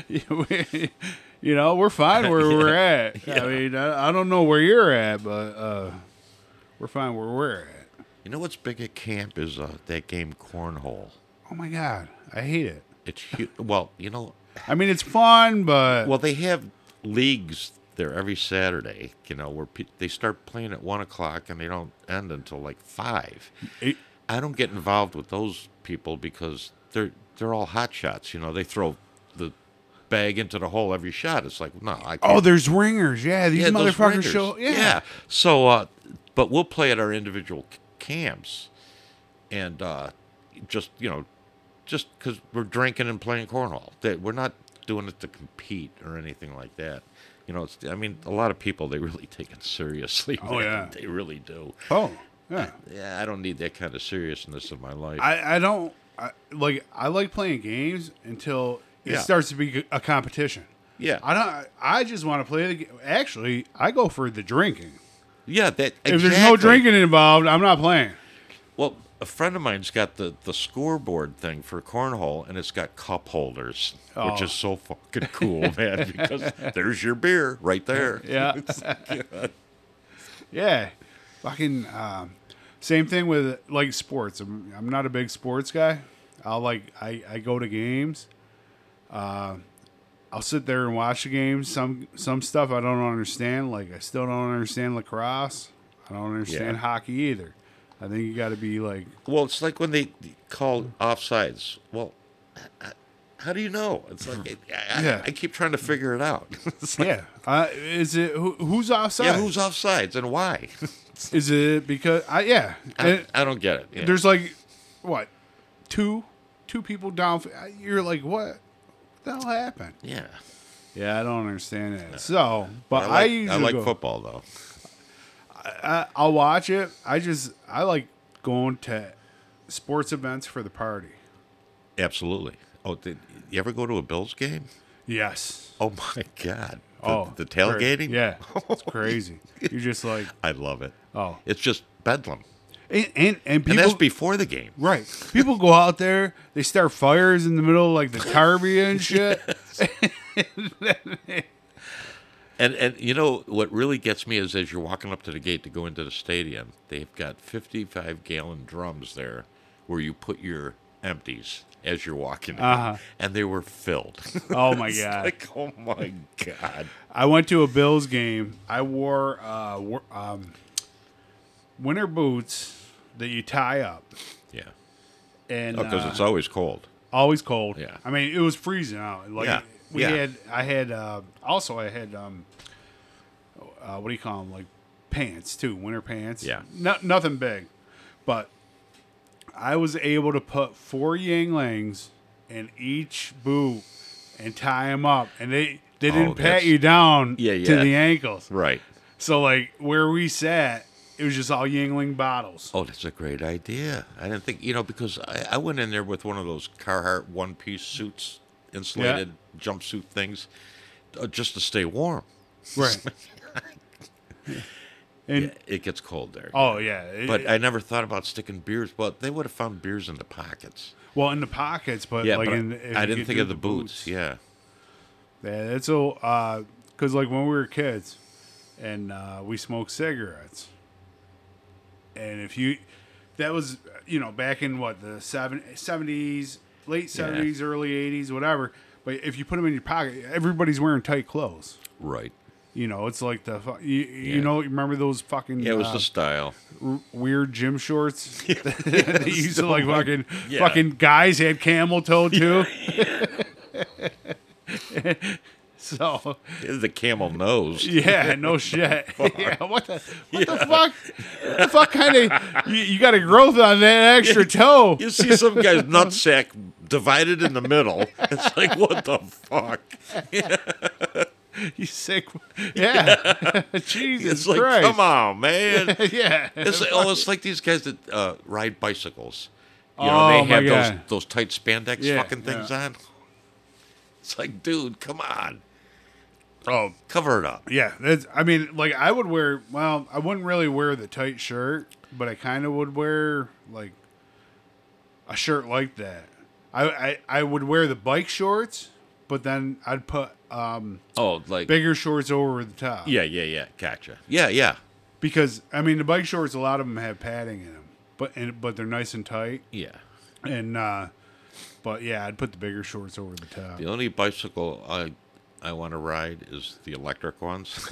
*laughs* you know, we're fine where *laughs* we're at. I mean, I, I don't know where you're at, but uh, we're fine where we're at. You know what's big at camp is uh, that game cornhole. Oh my god, I hate it. It's hu- well, you know, I mean, it's fun, but well they have leagues there every Saturday. You know where pe- they start playing at one o'clock and they don't end until like five. it, I don't get involved with those people because they're they're all hot shots. You know, they throw the bag into the hole every shot. It's like no, I can't. oh, there's ringers. Yeah, these Yeah, those motherfuckers ringers. show. Yeah. So, uh, but we'll play at our individual c- camps, and uh, just you know, just because we're drinking and playing cornhole, that we're not doing it to compete or anything like that. You know, it's I mean, a lot of people they really *laughs* take it seriously. Oh, man. yeah. they really do. Oh, yeah. Yeah, I don't need that kind of seriousness in my life. I I don't I, like. I like playing games until it Yeah. starts to be a competition. yeah, I don't. I just want to play the. ga- Actually, I go for the drinking. Yeah, that If there's no exactly. drinking involved, I'm not playing. Well, a friend of mine's got the the scoreboard thing for cornhole, and it's got cup holders, which Oh. is so fucking cool, *laughs* man. Because there's your beer right there. Yeah. *laughs* yeah. Fucking um, same thing with like sports. I'm, I'm not a big sports guy. I'll like I, I go to games. Uh, I'll sit there and watch the games. Some some stuff I don't understand. Like I still don't understand lacrosse. I don't understand Yeah. hockey either. I think you got to be like Well, it's like when they call offsides. Well, I- how do you know? It's like it, I, Yeah. I, I keep trying to figure it out. *laughs* It's like, yeah. Uh, is it who, who's offside? yeah, who's offsides *laughs* and why? is it because I yeah. I, It- I don't get it. Yeah. There's like what two two people down. You're like what? the hell happened? yeah. Yeah, I don't understand it. So, but I I, like, I usually like go- football though. I, I'll watch it. I just I like going to sports events for the party. Absolutely. Oh, did you ever go to a Bills game? Yes. Oh *laughs* my God. The, oh, the tailgating. cra- Yeah, it's *laughs* crazy. You're just like I love it. Oh. it's just bedlam, and and, and and people. that's before the game. Right. People go out there, they start fires in the middle of like the Caribbean and *laughs* shit. And and you know what really gets me is as you're walking up to the gate to go into the stadium, they've got 55 gallon drums there where you put your empties as you're walking, in, Uh-huh. and they were *laughs* filled. Oh my It's god. like oh my god, I went to a Bills game. I wore uh, wor- um, winter boots that you tie up, yeah, and because uh, Oh, it's always cold. always cold. Yeah. I mean it was freezing out. Like Yeah. we Yeah. had, I had uh, also I had um, uh, what do you call them? Like pants too, winter pants. Yeah. no, nothing big, but I was able to put four Yanglings in each boot and tie them up, and they they didn't pat Oh, that's- you down Yeah, to yeah. the ankles. Right. So like where we sat, it was just all Yingling bottles. Oh, that's a great idea. I didn't think, you know, because I, I went in there with one of those Carhartt one piece suits, insulated jumpsuit things, uh, just to stay warm. Right. and Yeah, it gets cold there. oh yeah, It- But I never thought about sticking beers. Well, they would have found beers in the pockets. well in the pockets, but Yeah, Uh, like but in I- the, if I you didn't could think do of the boots. Yeah, Yeah, that's so because uh, like when we were kids, and uh, we smoked cigarettes, and if you, that was you know back in what the seventies, late seventies, early eighties, whatever. But if you put them in your pocket, everybody's wearing tight clothes. right. You know, it's like the fu- you, you Yeah. know remember those fucking Yeah, it was uh, the style. r- weird gym *laughs* shorts. *laughs* they used to like fucking Yeah. fucking guys had camel toe *laughs* too. *laughs* so The camel *laughs* nose. yeah, no shit. yeah, what the what the fuck? What the fuck kind of you, you got a growth on that extra toe? *laughs* You see some guy's nutsack divided in the middle. It's *laughs* like, what the fuck? You sick? *laughs* Yeah, Jesus It's like, Christ. come on, *laughs* man. *laughs* Yeah, It's like, oh, it's like these guys that uh, ride bicycles. You know, they Oh, my have those, God. those tight spandex Yeah, fucking things on. It's like, dude, come on. oh Cover it up. yeah. That's I mean, like I would wear. Well, I wouldn't really wear the tight shirt, but I kind of would wear like a shirt like that. I, I I would wear the bike shorts, but then I'd put um Oh, like. bigger shorts over the top. Yeah, yeah, yeah. Gotcha. Yeah, yeah. because I mean the bike shorts, a lot of them have padding in them, but and, but they're nice and tight. Yeah. And uh but yeah, I'd put the bigger shorts over the top. The only bicycle I I want to ride is the *laughs* electric ones.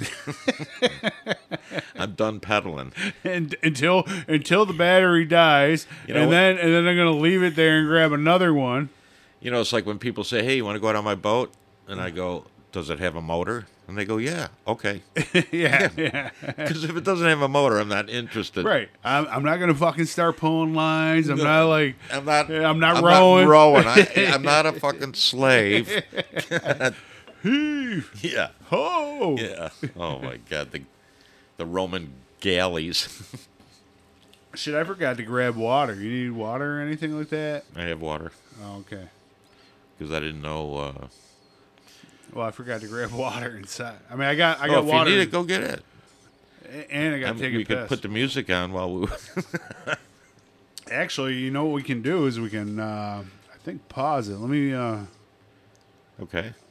I'm done pedaling. And until until the battery dies, You know and what- then and then I'm gonna leave it there and grab another one. *laughs* You know, it's like when people say, "Hey, you want to go out on my boat?" and I go, "Does it have a motor?" and they go, "Yeah, okay." *laughs* yeah, yeah, Because if it doesn't have a motor, I'm not interested. right. I'm, I'm not gonna fucking start pulling lines. I'm No. not like I'm not. Yeah, I'm not rowing. rowing. *laughs* I, I'm not a fucking slave. yeah. oh Yeah. Oh my god. The the Roman galleys. *laughs* shit. I forgot to grab water. You need water or anything like that? I have water Oh, okay. because I didn't know. Uh, Well, I forgot to grab *laughs* water inside. I mean, I got I oh, got if water. you need it, go get it. a- and I got to And take we a could piss. put the music on while we. *laughs* Actually, you know what we can do is we can, uh, I think, pause it. Let me. Uh, okay.